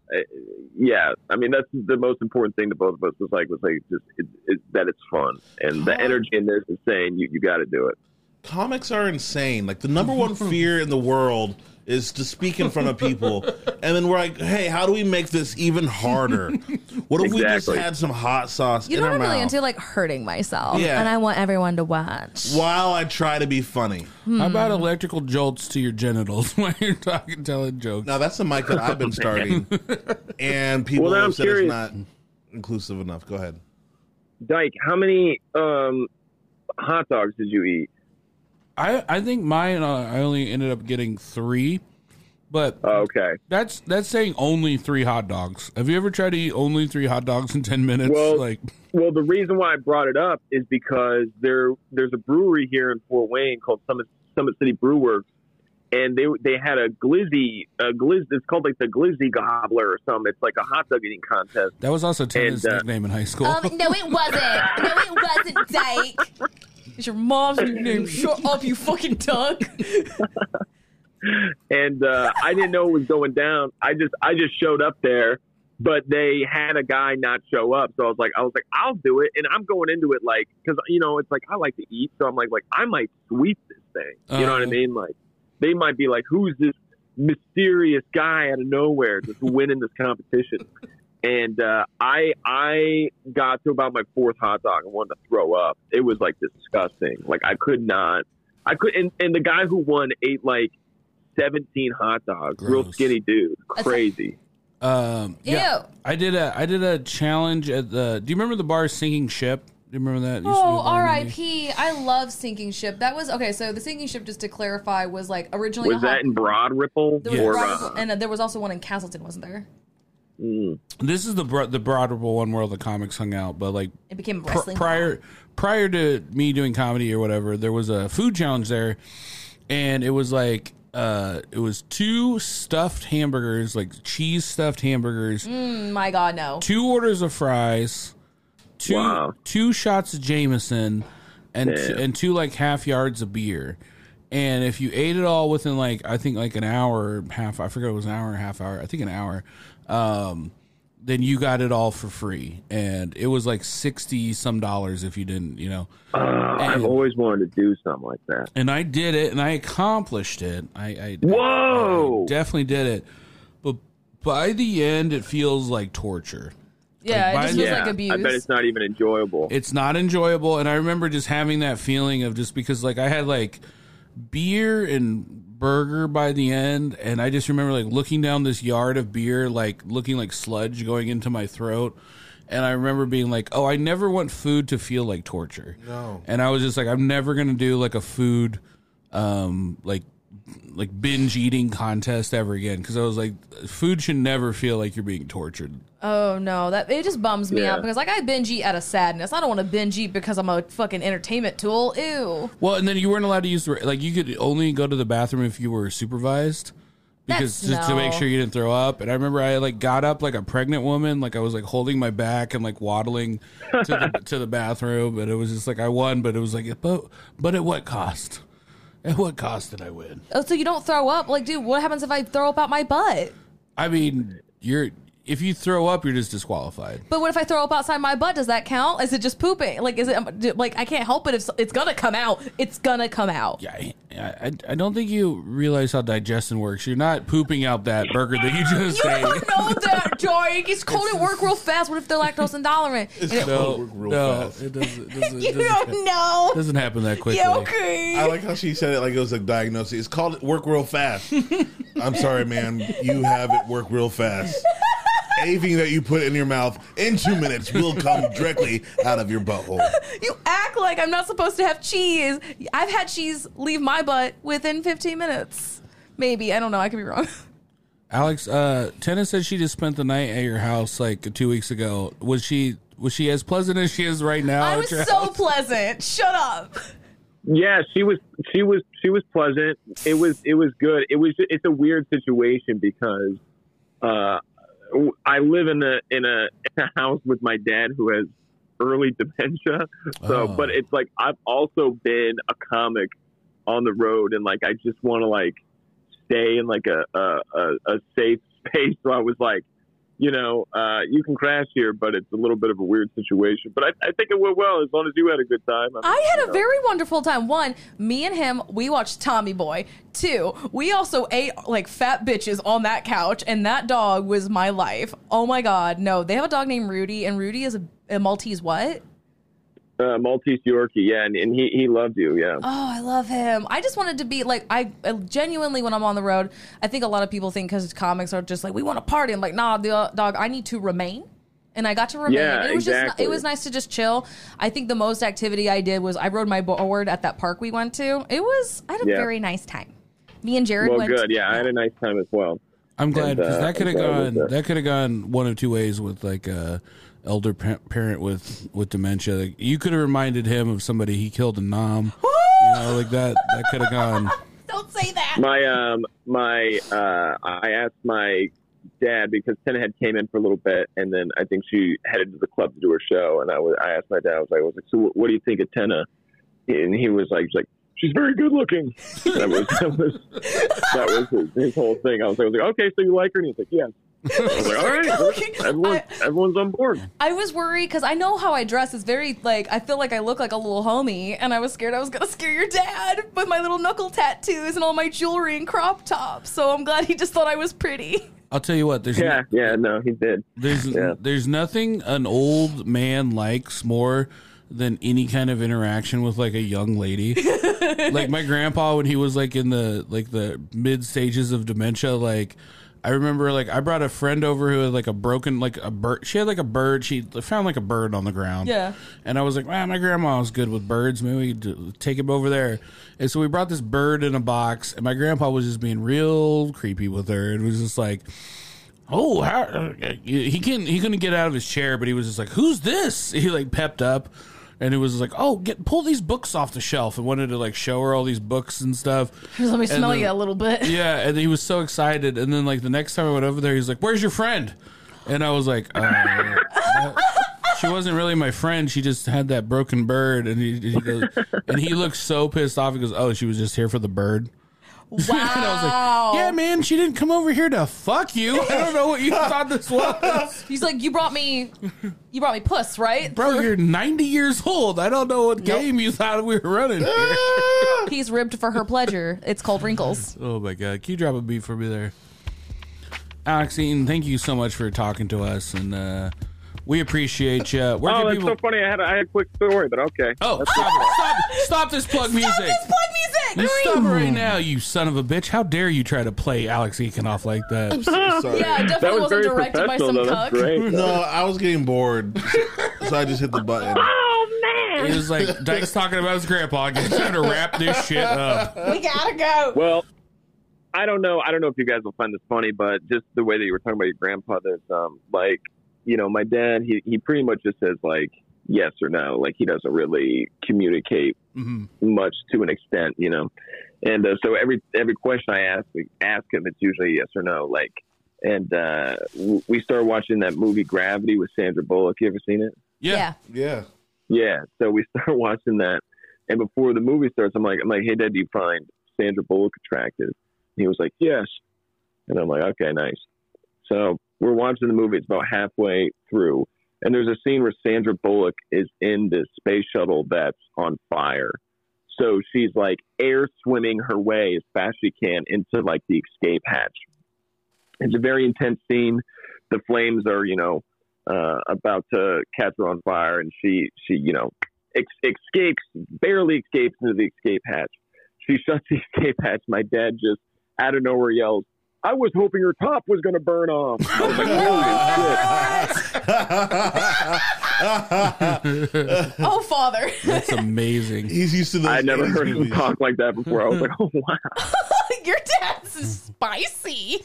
G: yeah. I mean, that's the most important thing to both of us. Was like was like just it, it, that it's fun, and the energy in this is saying you you got to do it.
C: Comics are insane. Like the number one fear in the world is to speak in front of people, and then we're like, "Hey, how do we make this even harder? What if we just
G: Exactly.
C: had some hot sauce
B: You
C: in
B: know
C: our
B: what I'm
C: mouth
B: really into? Like hurting myself.
C: Yeah.
H: And I want everyone to watch.
C: while I try to be funny?"
G: Hmm.
A: How about electrical jolts to your genitals while you're talking telling jokes?
C: Now that's the mic that I've been starting, and people
G: Well, now I'm
C: have said
G: curious.
C: it's not inclusive enough. Go ahead.
G: Dyke, how many um, hot dogs did you eat?
A: I I think mine uh, I only ended up getting 3, but
G: Oh, okay.
A: That's that's saying only three hot dogs. Have you ever tried to eat only three hot dogs in ten minutes?
G: Well-
A: like
G: Well, the reason why I brought it up is because there there's a brewery here in Fort Wayne called Summit Summit City Brew Works, and they they had a glizzy a glizz. It's called like the glizzy gobbler or something. It's like a hot dog eating contest.
A: that was also Tana's
G: And, uh,
A: nickname in high school.
H: Um, no, it wasn't. No, it wasn't, Dyke.
B: It's your mom's name. Shut up, you fucking duck.
G: and uh, I didn't know it was going down. I just I just showed up there, but they had a guy not show up, so I was like I was like I'll do it, and I'm going into it like because you know it's like I like to eat, so I'm like like I might sweep this thing. You know what I
A: Uh-huh.
G: mean? Like they might be like, who's this mysterious guy out of nowhere just winning this competition? And uh, I I got to about my fourth hot dog and wanted to throw up. It was like disgusting. Like I could not. I could and, and the guy who won ate like 17 hot dogs. Real
A: Gross.
G: skinny dude. Crazy.
A: Um, yeah,
H: Ew.
A: I did a I did a challenge at the. Do you remember the bar sinking ship? Do you remember that? It used to be a
I: Oh,
A: bar in the-
I: R.I.P. I love Sinking Ship. That was okay. So the Sinking Ship, just to clarify, was like originally
G: Was
I: a
G: that in Broad Ripple?
I: there was
A: Yes.
I: a
G: Or,
I: Broad Ripple,
G: uh,
I: and uh, there was also one in Castleton, wasn't there?
G: mm,
A: This is the bro- the broad ripple one where all the comics hung out, but like
I: It became a
A: pr-
I: wrestling.
A: prior prior to me doing comedy or whatever, there was a food challenge there, and it was like uh, it was two stuffed hamburgers, like cheese stuffed hamburgers,
I: Mm, my God, no.
A: two orders of fries, two
G: Wow.
A: two shots of Jameson, and t-
G: Damn.
A: and two like half yards of beer. And if you ate it all within like I think like an hour and a half, I forget it was an hour and a half hour, I think an hour, um, then you got it all for free, and it was like sixty some dollars if you didn't, you know.
G: uh, I've always wanted to do something like that.
A: And I did it, and I accomplished it. I, I
G: Whoa!
A: I definitely did it, but by the end, it feels like torture.
B: Yeah,
A: Like, by-
B: it just feels
A: Yeah,
B: like
G: I bet
B: abuse.
G: it's not even enjoyable.
A: It's not enjoyable, and I remember just having that feeling of just because like I had like beer and burger by the end, and I just remember like looking down this yard of beer, like looking like sludge going into my throat. And I remember being like, "Oh, I never want food to feel like torture." No. And I was just like, "I'm never gonna do like a food, um, like, like binge eating contest ever again." Because I was like, "Food should never feel like you're being tortured."
B: Oh no, that it just bums me
G: Yeah.
B: out because like I binge eat out of sadness. I don't want to binge eat because I'm a fucking entertainment tool. Ew.
A: Well, and then you weren't allowed to use the like you could only go to the bathroom if you were supervised because
B: That's-
A: just to make
B: no.
A: sure you didn't throw up. And I remember I like got up like a pregnant woman, like I was like holding my back and like waddling to the to the bathroom, and it was just like I won, but it was like but but at what cost? At what cost did I win?
B: Oh, so you don't throw up? Like, dude, what happens if I throw up out my butt?
A: I mean, you're if you throw up, you're just disqualified.
B: But what if I throw up outside my butt? Does that count? Is it just pooping? Like, is it um, d- like I can't help it if so- it's gonna come out? It's gonna come out.
A: Yeah, I, I, I don't think you realize how digestion works. You're not pooping out that burger that you just
B: You
A: ate.
B: don't know that, Jake. It's cold at work real fast. What if they're lactose intolerant? And it-
A: No,
C: Work real
A: no,
C: fast.
A: it doesn't. It doesn't,
B: you
A: it doesn't,
B: don't know.
A: doesn't happen that quickly.
B: Yeah, okay.
C: I like how she said it like it was a diagnosis. It's called work real fast. I'm sorry, man. You have it work real fast. Anything that you put in your mouth in two minutes will come directly out of your butthole.
B: You act like I'm not supposed to have cheese. I've had cheese leave my butt within 15 minutes. Maybe. I don't know. I could be wrong.
A: Alex, uh, Tenna said she just spent the night at your house like two weeks ago. Was she was she as pleasant as she is right now?
B: I
A: at
B: was
A: your
B: so
A: house?
B: pleasant. Shut up.
G: Yeah, she was she was she was pleasant. It was it was good. It was it's a weird situation because uh, I live in a in a in a house with my dad who has early dementia. So,
A: Oh.
G: but it's like I've also been a comic on the road, and like I just want to like stay in like a a, a a safe space. So I was like. You know, uh, you can crash here, but it's a little bit of a weird situation. But I, I think it went well as long as you had a good time. mean,
B: I
G: you
B: had a
G: know.
B: very wonderful time. One, me and him, we watched Tommy Boy. Two, we also ate like fat bitches on that couch, and that dog was my life. Oh my God. No, they have a dog named Rudy, and Rudy is a, a Maltese what?
G: uh, Maltese Yorkie, yeah, and, and he he loved you, yeah.
B: Oh, I love him. I just wanted to be like I I genuinely when I'm on the road, I think a lot of people think because comics are just like we want to party. I'm like, nah, the, dog, I need to remain. And I got to remain.
G: Yeah,
B: it was just
G: exactly.
B: it was nice to just chill. I think the most activity I did was I rode my board at that park we went to. It was I had a
G: Yeah.
B: very nice time. Me and Jared
G: well,
B: went.
G: good, yeah. I had a nice time as well.
A: I'm glad
G: And,
A: because
G: uh,
A: that could have
G: I'm glad
A: gone
G: with that.
A: that could have gone one of two ways with like a elder pa- parent with with dementia. Like, you could have reminded him of somebody he killed in Nam. you know, like that. That could have gone.
B: Don't say that.
G: My um my uh I asked my dad because Tenna had came in for a little bit, and then I think she headed to the club to do her show, and I was I asked my dad, I was like, I was like, so what, what do you think of Tenna? And he was like, he's like. She's very good looking. That was that was, that was his, his whole thing. I was, like, I was like, okay, so you like her? And he's like, yes. I was like, all right, everyone, everyone's on board.
B: I was worried because I know how I dress is very like I feel like I look like a little homie, and I was scared I was gonna scare your dad with my little knuckle tattoos and all my jewelry and crop tops. So I'm glad he just thought I was pretty.
A: I'll tell you what. There's
G: Yeah, yeah, no, he did.
A: There's
G: Yeah.
A: there's nothing an old man likes more than any kind of interaction with like a young lady. like my grandpa when he was like in the like the mid stages of dementia, like I remember like I brought a friend over who had like a broken like a bird. She had like a bird. She found like a bird on the ground.
B: Yeah.
A: And I was like, man, my grandma was good with birds. Maybe we could do- take him over there. And so we brought this bird in a box, and my grandpa was just being real creepy with her, and was just like. Oh, how, uh, he couldn't he couldn't get out of his chair, but he was just like, "Who's this?" He like pepped up, and it was like, "Oh, get pull these books off the shelf," and wanted to like show her all these books and stuff.
B: Let me smell
A: then-
B: you a little bit.
A: Yeah, and he was so excited. And then like the next time I went over there, he's like, "Where's your friend?" And I was like, uh, that- "She wasn't really my friend. She just had that broken bird." And he, he goes, and he looked so pissed off. He goes, "Oh, she was just here for the bird."
B: Wow.
A: And I was like, "Yeah, man, she didn't come over here to fuck you. I don't know what you thought this was,
B: He's like, you brought me, you brought me puss, right?
A: bro. You're 90 years old. I don't know what game you thought we were running." here."
B: He's ribbed for her pleasure. It's called wrinkles.
A: Oh my god, can you drop a beat for me there? Alex Eaton, thank you so much for talking to us, and uh, we appreciate you. Where
G: Oh,
A: can
G: that's
A: people?
G: so funny. I had, a, I had a quick story, but okay.
A: oh, stop, it. stop, stop this plug music!
B: Plug
A: You
B: music.
A: stop it right now, you son of a bitch! How dare you try to play Alex Eakin off like that?
C: Sorry.
B: Yeah, it
G: that
B: definitely wasn't
G: was very
B: directed by
G: professional,
B: some
G: though.
B: cuck.
G: That's great.
C: No, I was getting bored, so I just hit the button.
D: Oh
A: It
D: man.
A: was like Dyke's talking about his grandpa. Get time to wrap this shit up.
H: We gotta
B: Oh.
H: go.
G: Well, I don't know. I don't know if you guys will find this funny, but just the way that you were talking about your grandpa, there's um, like, you know, my dad, he, he pretty much just says like yes or no. Like he doesn't really communicate
A: Mhm.
B: Mm-hmm.
G: much to an extent, you know. And uh, so every every question I ask ask him, it's usually yes or no. Like, and uh, w- we started watching that movie Gravity with Sandra Bullock. You ever seen it?
A: Yeah,
C: Yeah.
G: Yeah. So we start watching that, and before the movie starts, I'm like, I'm like, hey, Dad, do you find Sandra Bullock attractive? And he was like, yes. And I'm like, okay, nice. So we're watching the movie. It's about halfway through, and there's a scene where Sandra Bullock is in this space shuttle that's on fire. So she's like air swimming her way as fast as she can into like the escape hatch. It's a very intense scene. The flames are, you know, uh, about to catch her on fire, and she she you know ex- escapes, barely escapes into the escape hatch. She shuts the escape hatch. My dad just out of nowhere yells, "I was hoping her top was going to burn off." I was like, "Holy shit."
B: Oh, father.
A: that's amazing.
C: He's used to those.
G: I had never
C: 80s
G: heard him
C: movies. Uh,
G: talk like that before. I was like, "Oh wow!"
B: Your dad's spicy.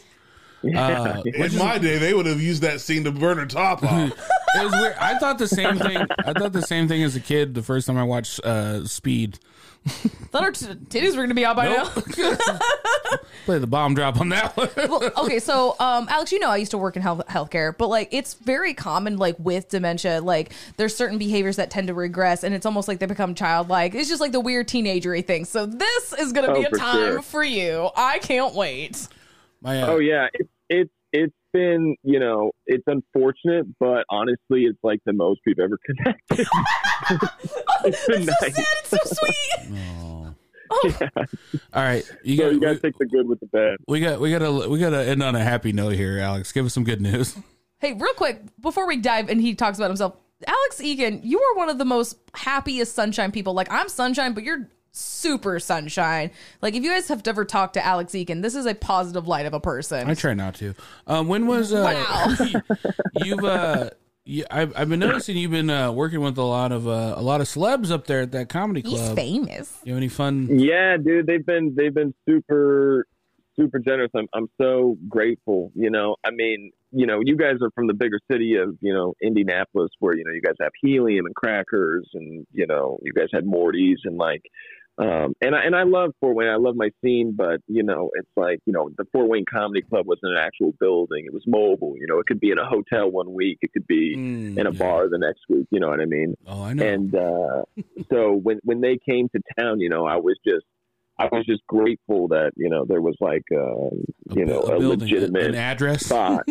A: Uh,
C: In my day, they would have used that scene to burn her top off.
A: it was weird. I thought the same thing. I thought the same thing as a kid. The first time I watched uh, Speed,
B: Thought her t- titties were gonna be out by now.
A: play the bomb drop on that one.
B: well, okay, so um, Alex, you know I used to work in health healthcare, but like it's very common, like with dementia, like there's certain behaviors that tend to regress, and it's almost like they become childlike. It's just like the weird teenagery thing. So this is gonna be
G: Oh,
B: a
G: for
B: time
G: sure.
B: for you. I can't wait.
A: My, uh,
G: Oh yeah, it's it's it's been you know it's unfortunate, but honestly, it's like the most we've ever connected. it's been
B: It's so
G: nice.
B: sad. It's so sweet. Oh.
A: All right, you
G: So
A: got,
G: you
A: we,
G: got to take the good with the bad.
A: we got we got to we got to end on a happy note here, Alex. Give us some good news.
B: Hey, real quick, before we dive and he talks about himself, Alex Egan, you are one of the most happiest sunshine people. Like I'm sunshine, but you're super sunshine. Like if you guys have ever talked to Alex Egan, this is a positive light of a person.
A: I try not to. Um, when was uh, you've uh, you, I've, I've been noticing you've been uh, working with a lot of uh, a lot of celebs up there at that comedy
B: He's
A: club.
B: famous.
A: You have any fun?
G: Yeah, dude, they've been they've been super super generous. I'm I'm so grateful. You know, I mean, you know, you guys are from the bigger city of you know Indianapolis, where you know you guys have helium and crackers, and you know you guys had Morty's and like. Um, and I and I love Fort Wayne. I love my scene, but you know, it's like you know, the Fort Wayne Comedy Club wasn't an actual building; it was mobile. You know, it could be in a hotel one week, it could be
A: Mm,
G: in a
A: yeah.
G: bar the next week. You know what I mean?
A: Oh, I know.
G: And uh, so when when they came to town, you know, I was just I was just grateful that you know there was like um,
A: A bu-
G: you know a,
A: building, an
G: legitimate
A: address.
G: spot.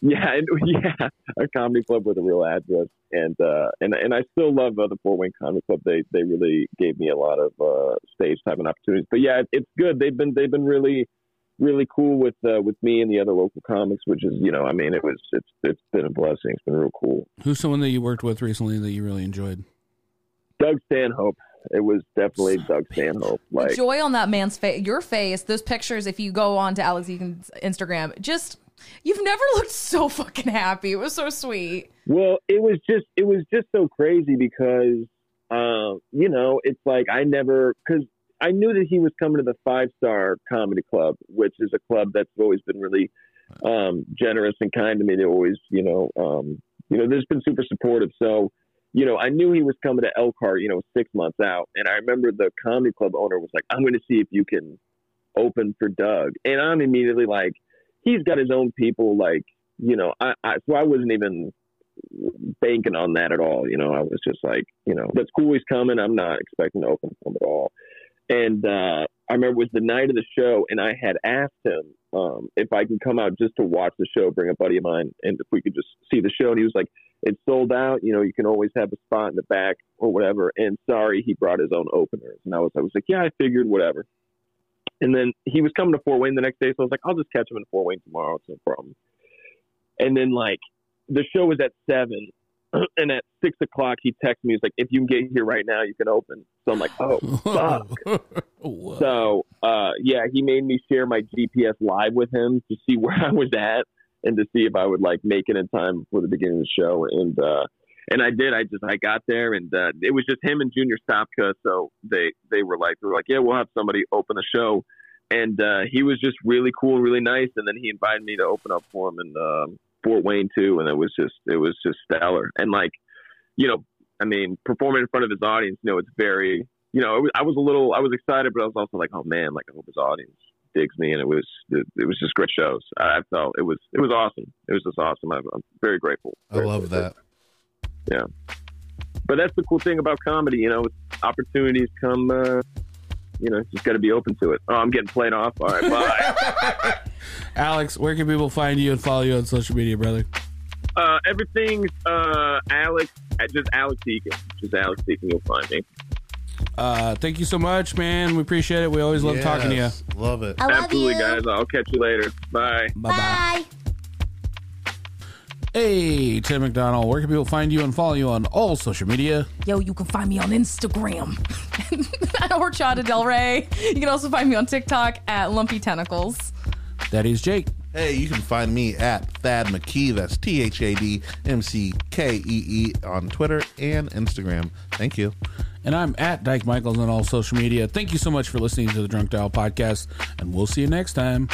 G: yeah, and, yeah, a comedy club with a real address, and uh, and and I still love uh, the Four Wing Comedy Club. They they really gave me a lot of uh, stage time and opportunities. But yeah, it, it's good. They've been they've been really really cool with uh, with me and the other local comics, which is you know I mean it was it's it's been a blessing. It's been real cool.
A: Who's someone that you worked with recently that you really enjoyed?
G: Doug Stanhope. It was definitely Doug Stanhope. Like,
B: the joy on that man's face, your face, those pictures. If you go on to Alex Egan's Instagram, just you've never looked so fucking happy. It was so sweet.
G: well, it was just it was just so crazy because uh, you know it's like I never because I knew that he was coming to the Five Star Comedy Club, which is a club that's always been really um, generous and kind to me. They always, you know, um, you know, they've been super supportive. So, you know, I knew he was coming to Elkhart, you know, six months out, and I remember the comedy club owner was like, "I'm going to see if you can open for Doug," and I'm immediately like, "He's got his own people." Like, you know, I, I so I wasn't even banking on that at all. You know, I was just like, you know, that's cool. He's coming. I'm not expecting to open for him at all. And uh, I remember it was the night of the show, and I had asked him um, if I could come out just to watch the show, bring a buddy of mine, and if we could just see the show. And he was like, "It's sold out. You know, you can always have a spot in the back or whatever." And sorry, he brought his own openers, and I was, I was like, "Yeah, I figured, whatever." And then he was coming to Fort Wayne the next day, so I was like, "I'll just catch him in Fort Wayne tomorrow. It's no problem." And then like the show was at seven, and at six o'clock he texted me. He's like, "If you can get here right now, you can open." So I'm like, "Oh, fuck."
A: Whoa.
G: So, uh, yeah, he made me share my GPS live with him to see where I was at and to see if I would like make it in time for the beginning of the show. And, uh, and I did. I just I got there, and uh, it was just him and Junior Stopka. So they they were like they were like, yeah, we'll have somebody open the show, and uh, he was just really cool, really nice. And then he invited me to open up for him in um, Fort Wayne too, and it was just it was just stellar. And like, you know, I mean, performing in front of his audience, you know, it's very you know, it was, I was a little, I was excited, but I was also like, oh man, like I hope his audience digs me, and it was, it, it was just great shows. I, I felt it was, it was awesome. It was just awesome. I, I'm very grateful.
C: I love that.
G: But that's the cool thing about comedy, you know, it's opportunities come. Uh, you know, just got to be open to it. Oh, I'm getting played off. All right, bye.
A: Alex, where can people find you and follow you on social media, brother?
G: uh, everything's uh, Alex, just Alex Deacon, just Alex Deacon. You'll find me.
A: Uh, thank you so much, man. We appreciate it. We always love talking to you.
C: Yes, Love it.
H: I love
G: Absolutely,
H: you.
G: guys. I'll catch you later. Bye.
A: Bye bye.
H: Bye.
A: Hey, Tim McDonald, where can people find you and follow you on all social media?
B: Yo, you can find me on Instagram at Horchata Del Rey. You can also find me on TikTok at Lumpy Tentacles.
A: That is Jake.
C: Hey, you can find me at Thad McKee. That's T H A D M C K E E on Twitter and Instagram. Thank you.
A: And I'm at Dyke Michaels on all social media. Thank you so much for listening to the Drunk Dial podcast, and we'll see you next time.